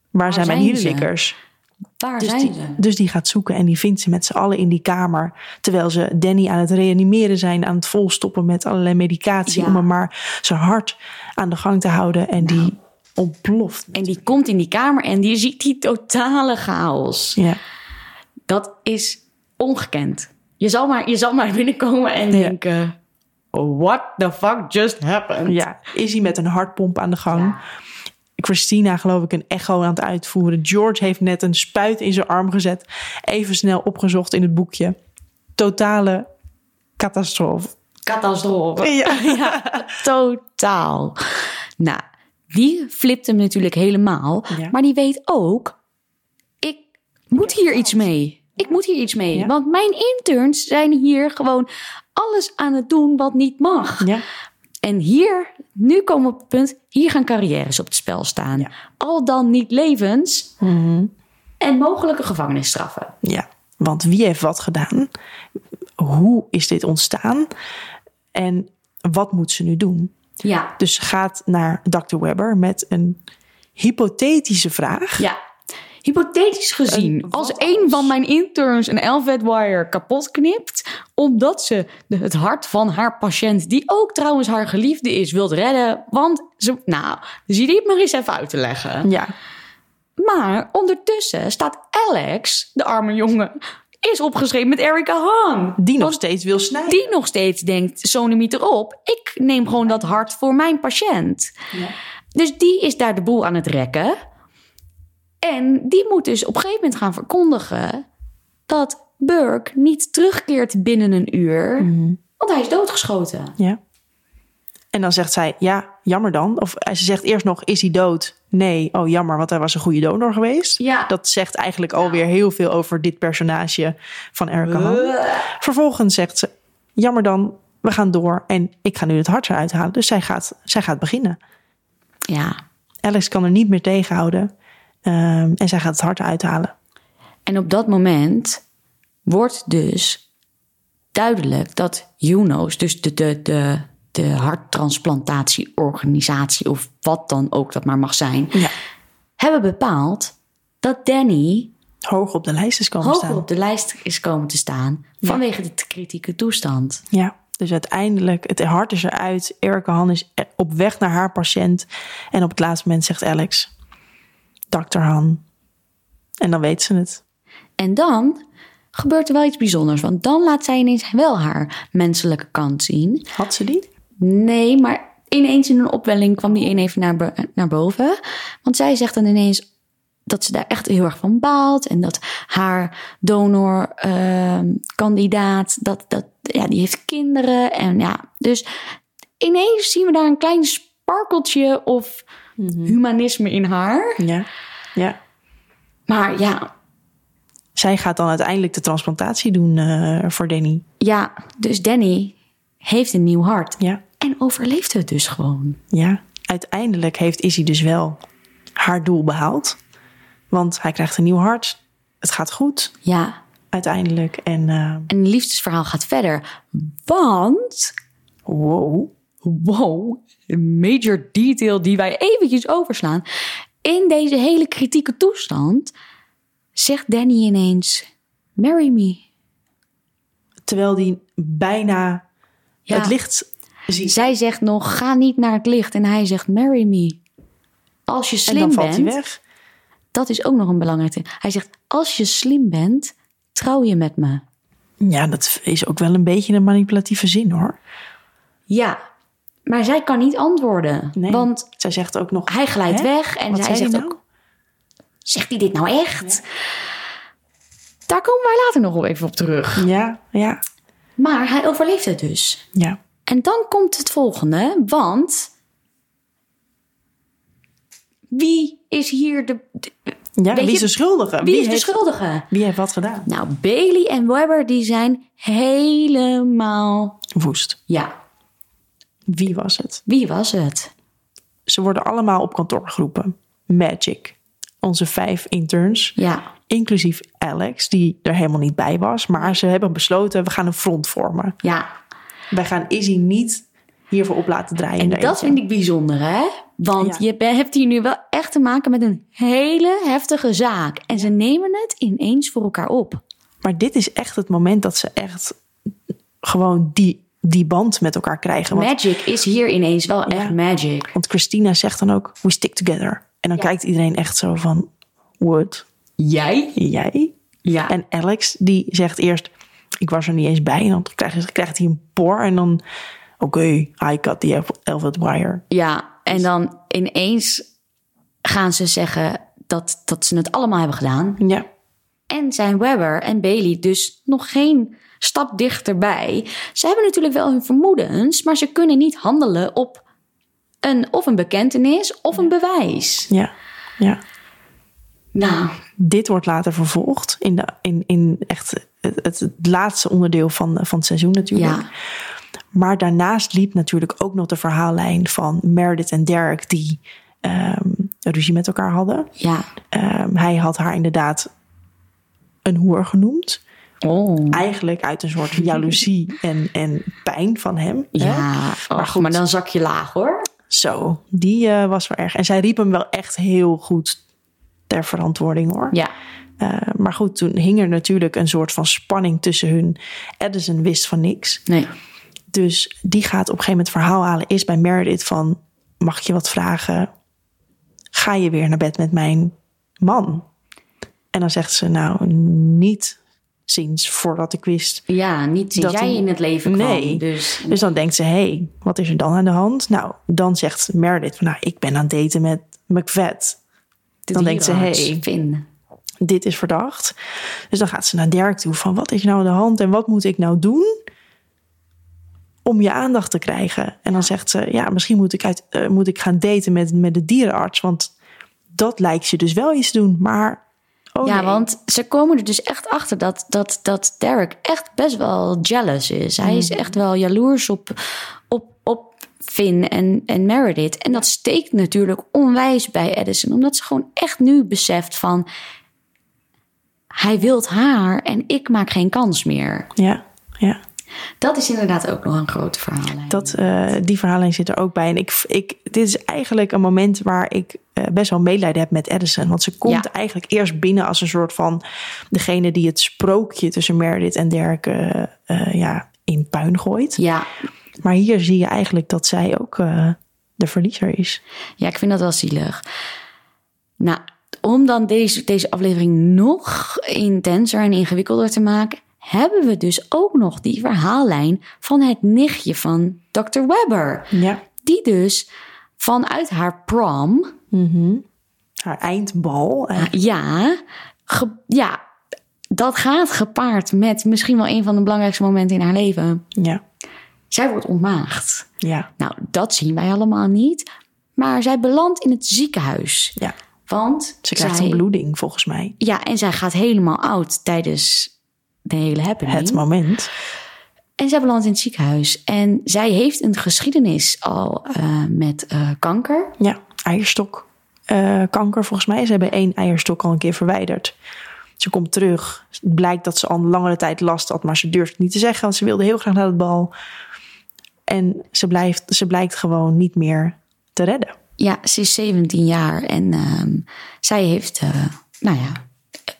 S2: Waar, zijn mijn
S1: zijn ze?
S2: hierenlikkers?
S1: Daar
S2: Dus
S1: zijn
S2: die,
S1: ze.
S2: dus die gaat zoeken en die vindt ze met z'n allen in die kamer. Terwijl ze Danny aan het reanimeren zijn, aan het volstoppen met allerlei medicatie.
S1: Ja. Nou.
S2: Om hem maar zijn hart aan de gang te houden. En die ontploft.
S1: En die komt in die kamer en die ziet die totale chaos.
S2: Ja.
S1: Dat is ongekend. Je zal maar, je zal maar binnenkomen en denken... What the fuck just happened?
S2: ja, is hij met een hartpomp aan de gang. Christina, geloof ik, een echo aan het uitvoeren. George heeft net een spuit in zijn arm gezet. Even snel opgezocht in het boekje. Totale catastrofe.
S1: Catastrofe.
S2: Ja.
S1: Totaal. Nou, die flipt hem natuurlijk helemaal.
S2: Ja.
S1: Maar die weet ook, ik moet hier iets mee. Ik moet hier iets mee.
S2: Ja.
S1: Want mijn interns zijn hier gewoon alles aan het doen wat niet mag.
S2: Ja.
S1: En hier, nu komen we op het punt, hier gaan carrières op het spel staan.
S2: Ja.
S1: Al dan niet levens en mogelijke gevangenisstraffen.
S2: ja, want wie heeft wat gedaan? Hoe is dit ontstaan? En wat moet ze nu doen?
S1: Ja,
S2: Dus ze gaat naar Dr. Webber met een hypothetische vraag.
S1: ja. Hypothetisch gezien, als een van mijn interns een Elvet wire kapot knipt, omdat ze de- het hart van haar patiënt, die ook trouwens haar geliefde is, wilt redden. Want ze, nou, zie die het maar eens even uit te leggen.
S2: Ja,
S1: Maar ondertussen staat Alex, de arme jongen, is opgeschreven met Erica Hahn.
S2: die nog steeds wil snijden.
S1: die nog steeds denkt, sonomiet erop, ik neem gewoon dat hart voor mijn patiënt. Dus die is daar de boel aan het rekken. En die moet dus op een gegeven moment gaan verkondigen dat Burke niet terugkeert binnen een uur, want hij is doodgeschoten.
S2: Ja. En dan zegt zij, ja, jammer dan. Of ze zegt eerst nog, is hij dood? Nee, oh jammer, want hij was een goede donor geweest.
S1: Ja.
S2: Dat zegt eigenlijk alweer heel veel over dit personage van Erica Hahn. Vervolgens zegt ze, jammer dan, we gaan door. En ik ga nu het hart eruit halen. Dus zij gaat, zij gaat beginnen.
S1: Ja.
S2: Alex kan er niet meer tegenhouden. Ehm, en zij gaat het hart uithalen.
S1: En op dat moment wordt dus duidelijk dat Juno's, dus de, de, de, de harttransplantatieorganisatie of wat dan ook dat maar mag zijn,
S2: Ja.
S1: hebben bepaald dat Danny
S2: Hoog op de lijst is komen
S1: hoger
S2: staan.
S1: op de lijst is komen te staan vanwege de te- kritieke toestand.
S2: Ja, dus uiteindelijk, het hart is eruit. Erica Han is e- op weg naar haar patiënt. En op het laatste moment zegt Alex, dokter Han. En dan weet ze het.
S1: En dan gebeurt er wel iets bijzonders, want dan laat zij ineens wel haar menselijke kant zien.
S2: Had ze die?
S1: Nee, maar ineens in een opwelling kwam die een even naar, bo- naar boven. Want zij zegt dan ineens dat ze daar echt heel erg van baalt. En dat haar donorkandidaat, dat, dat, ja, die heeft kinderen. En ja, dus ineens zien we daar een klein sparkeltje of humanisme in haar.
S2: Ja. ja.
S1: Maar ja,
S2: Zij gaat dan uiteindelijk de transplantatie doen eh, voor Danny.
S1: ja, dus Danny heeft een nieuw hart.
S2: Ja.
S1: En overleeft het dus gewoon.
S2: Ja. Uiteindelijk heeft Izzy dus wel haar doel behaald. Want hij krijgt een nieuw hart. Het gaat goed
S1: Ja,
S2: uiteindelijk. En eh,
S1: en het liefdesverhaal gaat verder. Want,
S2: wow.
S1: wow, een major detail die wij eventjes overslaan. In deze hele kritieke toestand zegt Danny ineens, marry me.
S2: Terwijl die bijna
S1: Ja.
S2: het licht ziet.
S1: Zij zegt nog, ga niet naar het licht. En hij zegt, marry me. Als je slim
S2: en dan valt
S1: bent,
S2: hij weg.
S1: dat is ook nog een belangrijke. Hij zegt, als je slim bent, trouw je met me.
S2: Ja, dat is ook wel een beetje een manipulatieve zin hoor.
S1: Ja, maar zij kan niet antwoorden. Want
S2: zij zegt ook nog.
S1: hij glijdt
S2: Hè?
S1: weg en
S2: Wat
S1: zij
S2: zei hij
S1: zegt
S2: nou?
S1: ook... Zegt hij dit nou echt? Daar komen wij later nog wel even op terug.
S2: Ja, ja,
S1: Maar hij overleeft het dus.
S2: ja.
S1: En dan komt het volgende, want... Wie is hier de, de-
S2: ja
S1: Weet
S2: wie is
S1: je-
S2: de schuldige?
S1: Nou, wie is de
S2: heeft,
S1: schuldige?
S2: Wie heeft wat gedaan?
S1: Nou, Bailey en Webber die zijn helemaal...
S2: Woest.
S1: Ja,
S2: Wie was het?
S1: wie was het?
S2: Ze worden allemaal op kantoor geroepen. Magic. Onze vijf interns.
S1: Ja,
S2: Inclusief Alex, die er helemaal niet bij was. Maar ze hebben besloten, we gaan een front vormen.
S1: ja.
S2: Wij gaan Izzy niet hiervoor op laten draaien.
S1: En dat vind ik bijzonder, hè? Want
S2: Ja.
S1: je be- hebt hier nu wel echt te maken met een hele heftige zaak. En ze nemen het ineens voor elkaar op.
S2: Maar dit is echt het moment dat ze echt gewoon die, die band met elkaar krijgen. Want,
S1: Magic is hier ineens wel echt magic.
S2: want Christina zegt dan ook, we stick together. En dan kijkt iedereen echt zo van, what,
S1: Jij?
S2: jij?
S1: Ja.
S2: En Alex die zegt eerst, ik was er niet eens bij. En dan krijgt, krijgt hij een por en dan, oké, I cut the Elf- velvet wire.
S1: Ja, en dan ineens gaan ze zeggen dat, dat ze het allemaal hebben gedaan.
S2: Ja,
S1: En zijn Webber en Bailey dus nog geen stap dichterbij. Ze hebben natuurlijk wel hun vermoedens, maar ze kunnen niet handelen op een, of een bekentenis of een bewijs.
S2: ja, ja.
S1: Nou,
S2: dit wordt later vervolgd in, de, in, in echt het, het, het laatste onderdeel van, van het seizoen natuurlijk.
S1: ja.
S2: Maar daarnaast liep natuurlijk ook nog de verhaallijn van Meredith en Derek die ehm, ruzie met elkaar hadden.
S1: Ja.
S2: Ehm, hij had haar inderdaad een hoer genoemd.
S1: Oh.
S2: Eigenlijk uit een soort jaloezie en, en pijn van hem. hè?
S1: Ja, maar,
S2: goed.
S1: maar dan zak je laag hoor.
S2: Zo, die eh, was wel erg. En zij riep hem wel echt heel goed ter verantwoording hoor.
S1: Ja,
S2: Eh, maar goed, toen hing er natuurlijk een soort van spanning tussen hun. Edison wist van niks.
S1: nee.
S2: Dus die gaat op een gegeven moment verhaal halen. Is bij Meredith van, mag ik je wat vragen? Ga je weer naar bed met mijn man? En dan zegt ze, nou, niet sinds voordat ik wist.
S1: Ja, niet sinds
S2: Dat
S1: jij
S2: hij-
S1: in het leven kwam.
S2: Nee.
S1: Dus
S2: Dus dan denkt ze, hé, hey, wat is er dan aan de hand? Nou, dan zegt Meredith van, nou, ik ben aan het daten met McVet. Dan denkt ze, hey.
S1: Finn.
S2: dit is verdacht. Dus dan gaat ze naar Dirk toe van wat is nou aan de hand en wat moet ik nou doen om je aandacht te krijgen? En dan zegt ze, ja, misschien moet ik, uit, eh, moet ik gaan daten met, met de dierenarts, want dat lijkt ze dus wel iets te doen, maar oh
S1: ja,
S2: nee.
S1: want ze komen er dus echt achter dat, dat, dat Derek echt best wel jealous is. Hij
S2: Hmm.
S1: is echt wel jaloers op, op, op Finn en, en Meredith. En dat steekt natuurlijk onwijs bij Edison. Omdat ze gewoon echt nu beseft van... Hij wilt haar en ik maak geen kans meer.
S2: ja, ja.
S1: Dat is inderdaad ook nog een grote verhaal.
S2: Dat, eh, die verhaallijn zit er ook bij. En ik, ik, dit is eigenlijk een moment waar ik eh, best wel medelijden heb met Edison. Want ze komt
S1: Ja.
S2: eigenlijk eerst binnen als een soort van degene die het sprookje tussen Meredith en Dirk eh, eh, ja, in puin gooit.
S1: Ja,
S2: Maar hier zie je eigenlijk dat zij ook eh, de verliezer is.
S1: Ja, ik vind dat wel zielig. Nou, om dan deze, deze aflevering nog intenser en ingewikkelder te maken, hebben we dus ook nog die verhaallijn van het nichtje van Dr. Webber.
S2: Ja.
S1: Die dus vanuit haar prom,
S2: Haar eindbal. eh,
S1: ja, ge- ja, dat gaat gepaard met misschien wel een van de belangrijkste momenten in haar leven.
S2: ja.
S1: Zij wordt ontmaagd.
S2: Ja.
S1: Nou, dat zien wij allemaal niet. Maar zij belandt in het ziekenhuis.
S2: ja.
S1: Want
S2: Ze krijgt
S1: zij-
S2: een bloeding volgens mij.
S1: Ja, en zij gaat helemaal oud tijdens de hele happening.
S2: Het moment.
S1: En zij belandt in het ziekenhuis. En zij heeft een geschiedenis al eh, met eh, kanker.
S2: Ja, eierstok. eh, kanker volgens mij. Ze hebben één eierstok al een keer verwijderd. Ze komt terug. Het blijkt dat ze al een langere tijd last had, maar ze durft het niet te zeggen, want ze wilde heel graag naar het bal. En ze, blijft, ze blijkt gewoon niet meer te redden.
S1: Ja, ze is 17 jaar en ehm, zij heeft, eh, nou ja,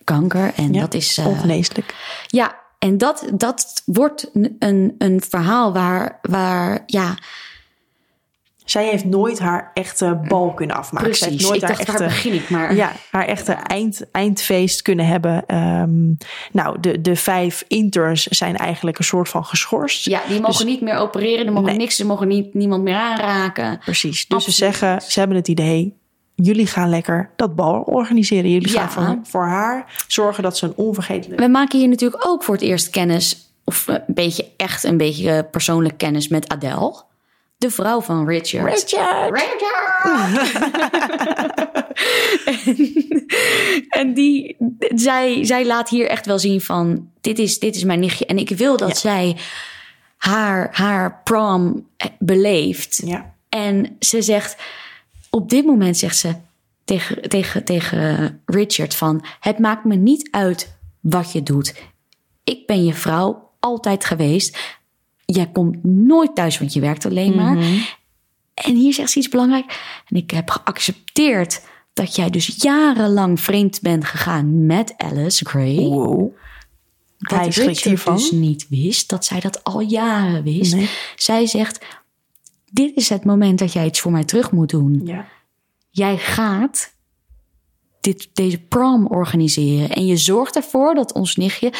S1: kanker. En
S2: Ja,
S1: dat is. eh,
S2: Ongeneeslijk.
S1: ja, en dat, dat wordt een- een, een verhaal waar, waar, ja,
S2: Zij heeft nooit haar echte bal kunnen afmaken. Ze heeft
S1: precies.
S2: nooit
S1: Ik dacht, waar begin ik maar?
S2: Ja, haar echte eind, eindfeest kunnen hebben. Ehm, nou, de, de vijf interns zijn eigenlijk een soort van geschorst.
S1: Ja, die mogen niet meer opereren, die mogen
S2: Nee.
S1: niks, ze mogen niet, niemand meer aanraken.
S2: Precies. Dus ze
S1: Absoluut.
S2: zeggen, ze hebben het idee, jullie gaan lekker dat bal organiseren. Jullie
S1: Ja.
S2: gaan voor, voor haar zorgen dat ze een onvergetelijk...
S1: We maken hier natuurlijk ook voor het eerst kennis, of eh, een beetje echt een beetje eh, persoonlijk kennis met Adele. De vrouw van Richard.
S2: Richard!
S1: Richard! en, en die, zij, zij laat hier echt wel zien van, dit is, dit is mijn nichtje. En ik wil dat
S2: Ja.
S1: zij haar, haar prom eh, beleeft.
S2: Ja,
S1: En ze zegt, op dit moment zegt ze tegen, tegen, tegen Richard van... het maakt me niet uit wat je doet. Ik ben je vrouw, altijd geweest. Jij komt nooit thuis, want je werkt alleen maar. En hier zegt ze iets belangrijk. En ik heb geaccepteerd dat jij dus jarenlang vreemd bent gegaan met Alice Gray.
S2: Oh, Wow.
S1: Dat
S2: Hij schrikt
S1: Richard
S2: hiervan.
S1: dus niet wist, dat zij dat al jaren wist.
S2: Nee.
S1: Zij zegt, dit is het moment dat jij iets voor mij terug moet doen.
S2: Ja.
S1: Jij gaat dit, deze prom organiseren. En je zorgt ervoor dat ons nichtje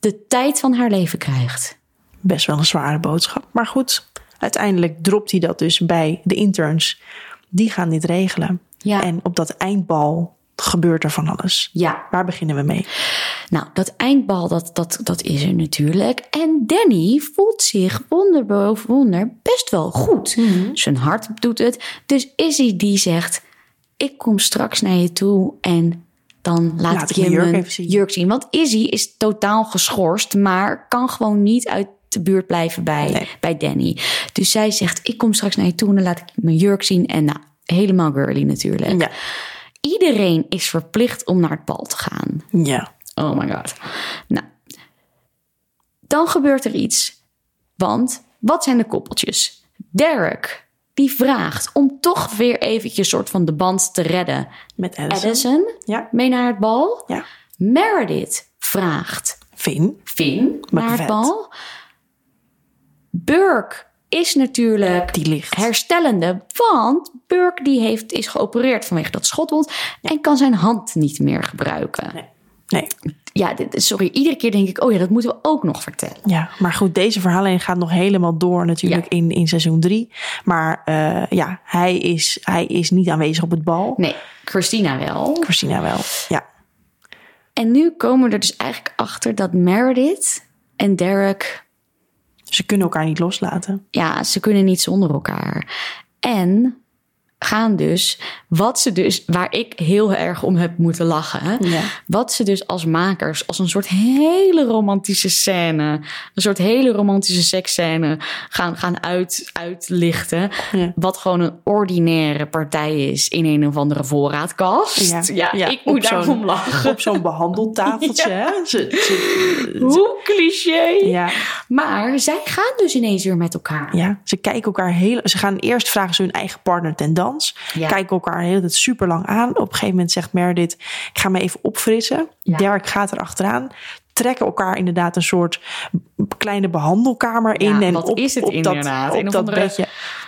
S1: de tijd van haar leven krijgt.
S2: Best wel een zware boodschap. Maar goed, uiteindelijk dropt hij dat dus bij de interns. Die gaan dit regelen.
S1: Ja.
S2: En op dat eindbal gebeurt er van alles.
S1: Ja,
S2: Waar beginnen we mee?
S1: nou, dat eindbal, dat, dat, dat is er natuurlijk. En Danny voelt zich wonder boven wonder best wel goed.
S2: Mhm.
S1: Zijn hart doet het. Dus Izzy die zegt, ik kom straks naar je toe en dan laat,
S2: Laat
S1: ik
S2: ik
S1: je
S2: mijn jurk
S1: mijn
S2: even zien.
S1: jurk zien. Want Izzy is totaal geschorst, maar kan gewoon niet uit de buurt blijven bij,
S2: Nee.
S1: bij Danny. Dus zij zegt, ik kom straks naar je toe en dan laat ik mijn jurk zien. En nou, helemaal girly natuurlijk.
S2: Ja.
S1: Iedereen is verplicht om naar het bal te gaan.
S2: Ja.
S1: Oh my god. Nou, dan gebeurt er iets. Want wat zijn de koppeltjes? Derek, die vraagt om toch weer eventjes soort van de band te redden.
S2: Met Alice.
S1: Addison,
S2: Ja.
S1: mee naar het bal.
S2: Ja.
S1: Meredith vraagt
S2: Finn.
S1: Finn naar het
S2: vet.
S1: bal. Burke is natuurlijk
S2: Die ligt.
S1: herstellende, want Burke die heeft, is geopereerd vanwege dat schotwond en kan zijn hand niet meer gebruiken.
S2: Nee. Nee.
S1: Ja, dit- sorry, iedere keer denk ik, oh ja, dat moeten we ook nog vertellen.
S2: Ja, maar goed, deze verhaallijn gaat nog helemaal door natuurlijk
S1: Ja.
S2: in, in seizoen 3. Maar eh, ja, hij is, hij is niet aanwezig op het bal.
S1: Nee, Christina wel.
S2: Christina wel. Ja,
S1: En nu komen we er dus eigenlijk achter dat Meredith en Derek,
S2: ze kunnen elkaar niet loslaten.
S1: ja, ze kunnen niet zonder elkaar. En gaan dus, wat ze dus, waar ik heel erg om heb moeten lachen,
S2: Ja.
S1: wat ze dus als makers, als een soort hele romantische scène, een soort hele romantische seksscène gaan, gaan uit, uitlichten.
S2: Ja.
S1: Wat gewoon een ordinaire partij is in een of andere voorraadkast. Ja, ik moet
S2: op zo'n-
S1: daarom lachen.
S2: Op zo'n behandeltafeltje. hè? Ze- ze-
S1: Hoe cliché.
S2: ja,
S1: Maar zij gaan dus ineens weer met elkaar.
S2: ja, ze kijken elkaar heel. Ze gaan eerst vragen ze hun eigen partner ten dans.
S1: Ja.
S2: Kijken elkaar de hele tijd super lang aan. Op een gegeven moment zegt Meredith: Ik ga me even opfrissen.
S1: Ja.
S2: Derek gaat er achteraan. Trekken elkaar inderdaad een soort kleine behandelkamer
S1: Ja,
S2: in. en
S1: wat
S2: op,
S1: is het
S2: op
S1: inderdaad? Een
S2: Dat, op
S1: of
S2: dat
S1: andere-
S2: bedje.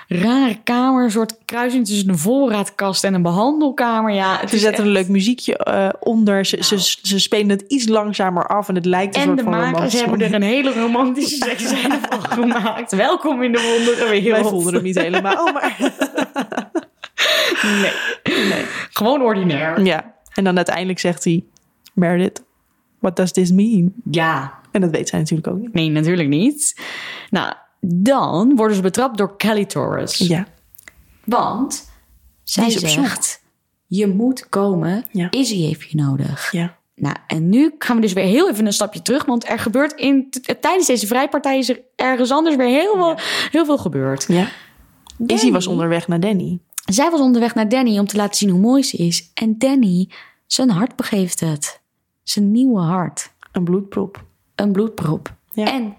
S1: Rare kamer, een soort kruising tussen een voorraadkast en een behandelkamer. Ja, het
S2: Ze
S1: is
S2: zetten
S1: echt-
S2: een leuk muziekje eh, onder. Ze,
S1: Nou.
S2: ze, ze spelen het iets langzamer af. En het lijkt een
S1: En
S2: soort
S1: de
S2: van
S1: makers
S2: romantische
S1: hebben er een hele romantische seksscène van gemaakt. Welkom in de wonderenwereld.
S2: Wij voelden hem niet helemaal, maar...
S1: Nee. Gewoon ordinair.
S2: ja. En dan uiteindelijk zegt hij... Meredith, what does this mean?
S1: Ja,
S2: En dat weet zij natuurlijk ook niet.
S1: nee, natuurlijk niet. Nou, dan worden ze betrapt door Kelly Torres.
S2: Ja,
S1: Want zij
S2: Die is op zoek.
S1: zegt, je moet komen.
S2: Ja.
S1: Izzy heeft je nodig.
S2: ja.
S1: Nou, en nu gaan we dus weer heel even een stapje terug. Want er gebeurt in, t- tijdens deze vrijpartij is er ergens anders weer heel veel, heel veel gebeurd.
S2: ja. Izzy
S1: Danny.
S2: was onderweg naar Danny.
S1: Zij was onderweg naar Danny om te laten zien hoe mooi ze is. En Danny, zijn hart begeeft het. Zijn nieuwe hart.
S2: Een bloedprop.
S1: Een bloedproep.
S2: Ja.
S1: En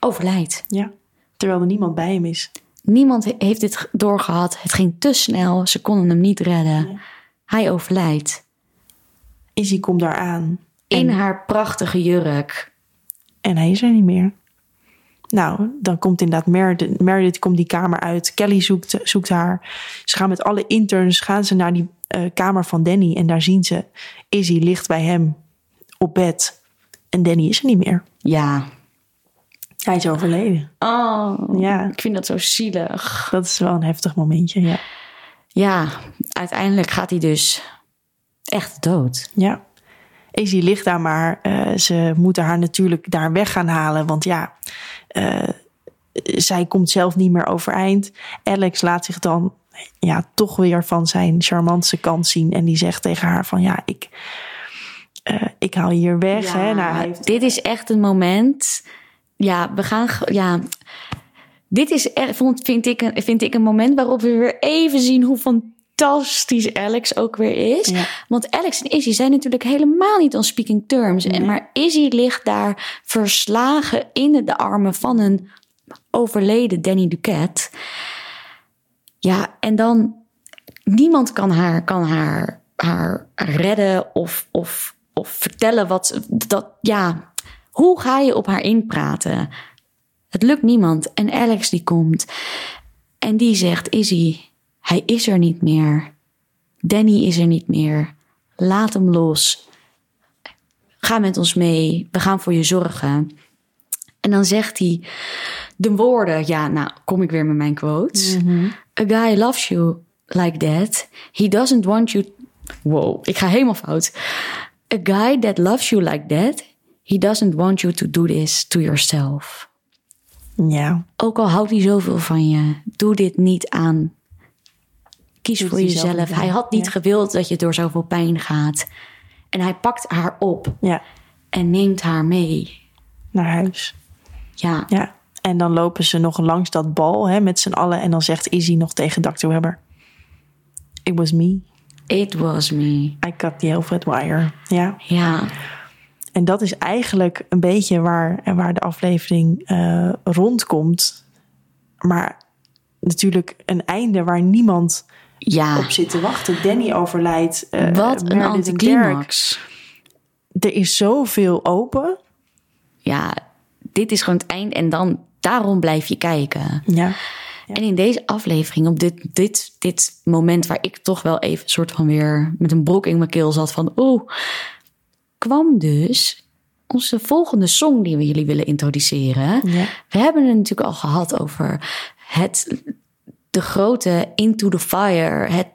S1: overlijdt.
S2: Ja. Terwijl er niemand bij hem is.
S1: Niemand he- heeft dit ge- doorgehad. Het ging te snel. Ze konden hem niet redden. Hij overlijdt.
S2: Izzy komt daar aan.
S1: In haar prachtige jurk.
S2: En hij is er niet meer. Nou, dan komt inderdaad Meredith, Meredith komt die kamer uit. Kelly zoekt, zoekt haar. Ze gaan met alle interns gaan ze naar die eh, kamer van Danny. En daar zien ze Izzy ligt bij hem op bed. En Danny is er niet meer.
S1: Ja.
S2: Hij is overleden.
S1: Oh,
S2: Ja,
S1: ik vind dat zo zielig.
S2: dat is wel een heftig momentje. Ja.
S1: Ja, uiteindelijk gaat hij dus echt dood.
S2: ja. Izzy ligt daar maar. eh, ze moeten haar natuurlijk daar weg gaan halen. Want ja, eh, zij komt zelf niet meer overeind. Alex laat zich dan ja, toch weer van zijn charmantse kant zien. En die zegt tegen haar van ja, ik, eh, ik haal je hier weg. hè. Nou, hij heeft-
S1: dit is echt een moment. Ja, we gaan. ge- Ja, dit is echt, vond- vind ik, een- vind ik een moment waarop we weer even zien hoe fantastisch Alex ook weer is.
S2: Ja.
S1: Want Alex en Izzy zijn natuurlijk helemaal niet on speaking terms. En, maar Izzy ligt daar verslagen in de armen van een overleden Danny Duquette. Ja, en dan niemand kan haar, kan haar, haar redden of, of, of vertellen wat. Dat, ja, hoe ga je op haar inpraten? Het lukt niemand. En Alex die komt en die zegt: Izzy, hij is er niet meer. Danny is er niet meer. Laat hem los. Ga met ons mee. We gaan voor je zorgen. En dan zegt hij de woorden. Ja, nou kom ik weer met mijn quotes. A guy loves you like that. He doesn't want you. Wow, ik ga helemaal fout. A guy that loves you like that. He doesn't want you to do this to yourself.
S2: Ja.
S1: Ook al houdt hij zoveel van je, doe dit niet aan. Kies
S2: het
S1: voor
S2: jezelf
S1: jezelf.
S2: niet
S1: Hij
S2: aan,
S1: had niet
S2: ja.
S1: gewild dat je door zoveel pijn gaat. En hij pakt haar op
S2: Ja.
S1: en neemt haar mee.
S2: Naar huis.
S1: Ja,
S2: Ja. En dan lopen ze nog langs dat bal hè, met z'n allen. En dan zegt Izzy nog tegen Dr. Webber. It was me.
S1: it was me.
S2: I cut the Alfred wire. Ja.
S1: Ja,
S2: En dat is eigenlijk een beetje waar, en waar de aflevering eh, rondkomt. Maar natuurlijk een einde waar niemand
S1: ja.
S2: op zit te wachten. Danny overlijdt. eh,
S1: Wat een
S2: Meredith en
S1: anticlimax.
S2: Derek. Er is zoveel open.
S1: Ja, dit is gewoon het eind en dan daarom blijf je kijken.
S2: Ja.
S1: En in deze aflevering, op dit, dit, dit moment waar ik toch wel even een soort van weer met een brok in mijn keel zat van oeh, kwam dus onze volgende song die we jullie willen introduceren.
S2: Ja.
S1: We hebben het natuurlijk al gehad over het, de grote Into the Fire, het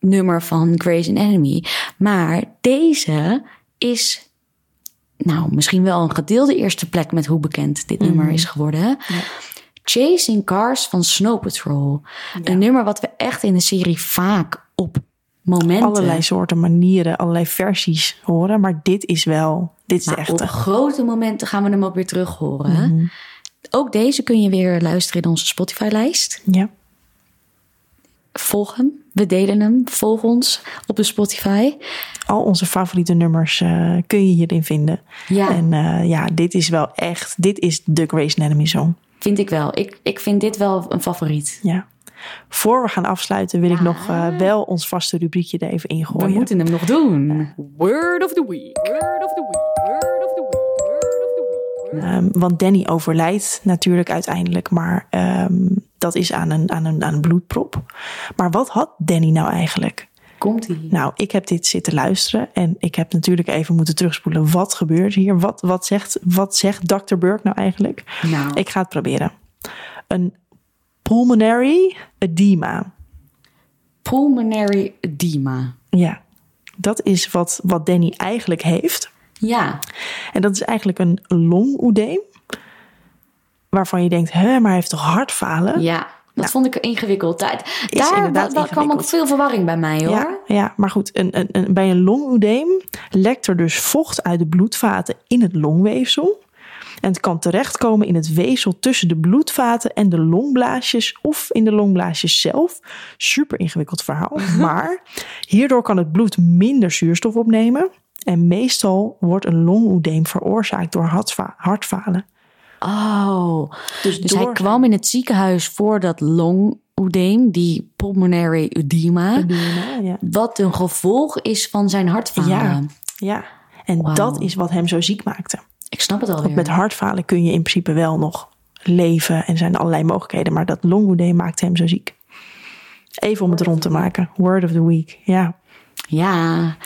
S1: nummer van Grey's Anatomy. Maar deze is nou misschien wel een gedeelde eerste plek met hoe bekend dit
S2: Mhm.
S1: nummer is geworden. Chasing Cars van Snow Patrol. Een nummer wat we echt in de serie vaak op momenten...
S2: Allerlei soorten manieren, allerlei versies horen. Maar dit is wel, dit is de
S1: maar op
S2: echte.
S1: grote momenten gaan we hem ook weer terug horen.
S3: Mhm.
S1: Ook deze kun je weer luisteren in onze Spotify-lijst.
S2: Ja.
S1: Volg hem. We delen hem. Volg ons op de Spotify.
S2: Al onze favoriete nummers eh, kun je hierin vinden.
S1: Ja.
S2: En eh, ja, dit is wel echt, dit is de Grace Anatomy song.
S1: Vind ik wel. Ik, ik vind dit wel een favoriet.
S2: Ja. Voor we gaan afsluiten wil ik nog eh, wel ons vaste rubriekje er even ingooien.
S1: hem nog doen.
S3: Oh Word of the week. Word of the week. Word of the week. Word of the week.
S2: Ehm, want Danny overlijdt natuurlijk uiteindelijk, maar ehm, dat is aan een, aan, een, aan een bloedprop. Maar wat had Danny nou eigenlijk?
S1: Komt ie.
S2: Nou, ik heb dit zitten luisteren en ik heb natuurlijk even moeten terugspoelen. Wat gebeurt hier? Wat, wat, zegt, wat zegt Dr. Burke nou eigenlijk?
S1: Nou.
S2: Ik ga het proberen. Een pulmonary edema.
S1: Pulmonary edema.
S2: Ja, dat is wat, wat Danny eigenlijk heeft.
S1: Ja.
S2: En dat is eigenlijk een longoedeem. Waarvan je denkt, hè, maar hij heeft toch hartfalen?
S1: Ja. Dat vond ik ingewikkeld. Daar, daar
S2: inderdaad
S1: wa- wa- kwam ook
S2: ingewikkeld.
S1: veel verwarring bij mij hoor.
S2: ja, ja, maar goed, een, een, een- bij een longoedeem lekt er dus vocht uit de bloedvaten in het longweefsel. En het kan terechtkomen in het weefsel tussen de bloedvaten en de longblaasjes of in de longblaasjes zelf. Super ingewikkeld verhaal. Maar hierdoor kan het bloed minder zuurstof opnemen. En meestal wordt een longoedeem veroorzaakt door hartfa- hartfalen.
S1: Oh. Dus, hij
S2: door-
S1: kwam in het ziekenhuis voor dat longoedeem, die pulmonary edema.
S2: Mhm. Ja.
S1: Wat een gevolg is van zijn hartfalen.
S2: Ja. ja. En
S1: Wauw.
S2: dat is wat hem zo ziek maakte.
S1: Ik snap het alweer.
S2: Met hartfalen kun je in principe wel nog leven en zijn allerlei mogelijkheden, maar dat longoedeem maakt hem zo ziek. Even om het rond te maken. Word of the week. Ja,
S1: Ja.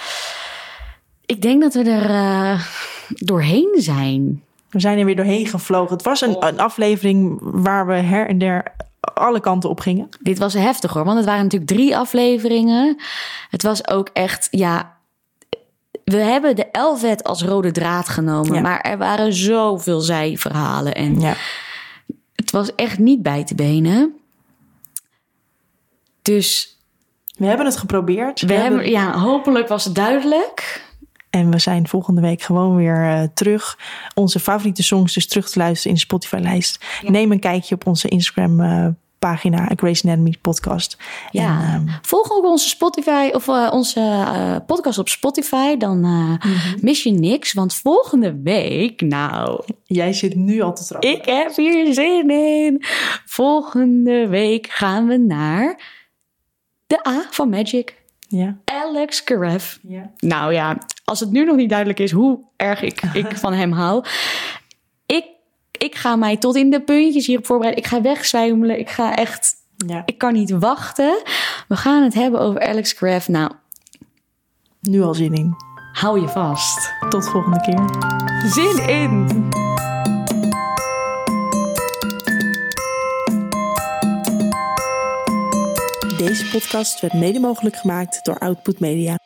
S1: Ik denk dat we er eh, doorheen zijn.
S2: we zijn er weer doorheen gevlogen. Het was
S1: Oh.
S2: een, een aflevering waar we her en der alle kanten op gingen.
S1: Dit was heftig hoor, want het waren natuurlijk drie afleveringen. Het was ook echt, ja. We hebben de Elvet als rode draad genomen,
S2: Ja.
S1: maar er waren zoveel zijverhalen. En
S2: Ja.
S1: het was echt niet bij te benen. Dus
S2: We hebben het geprobeerd.
S1: we, hebben, ja, hopelijk was het duidelijk.
S2: En we zijn volgende week gewoon weer eh, terug. Onze favoriete songs dus terug te luisteren in de Spotify-lijst. Neem een kijkje op onze Instagram-pagina, Grace Anatomy Podcast.
S1: Ja.
S2: En, ehm,
S1: Volg ook onze Spotify of eh, onze eh, podcast op Spotify. Dan eh, mis je niks. Want volgende week, nou,
S2: jij zit nu al te trappen.
S1: ik heb hier zin in. Volgende week gaan we naar De A van Magic.
S2: Ja.
S1: Alex Karev.
S2: ja.
S1: Nou ja, als het nu nog niet duidelijk is hoe erg ik, ik van hem hou. Ik, ik ga mij tot in de puntjes hierop voorbereiden. Ik ga wegzwijmelen. Ik ga echt...
S2: Ja.
S1: Ik kan niet wachten. We gaan het hebben over Alex Craft. Nou,
S2: Nu al zin in.
S1: hou je vast.
S2: Tot volgende keer.
S1: Zin in!
S3: Deze podcast werd mede mogelijk gemaakt door Output Media.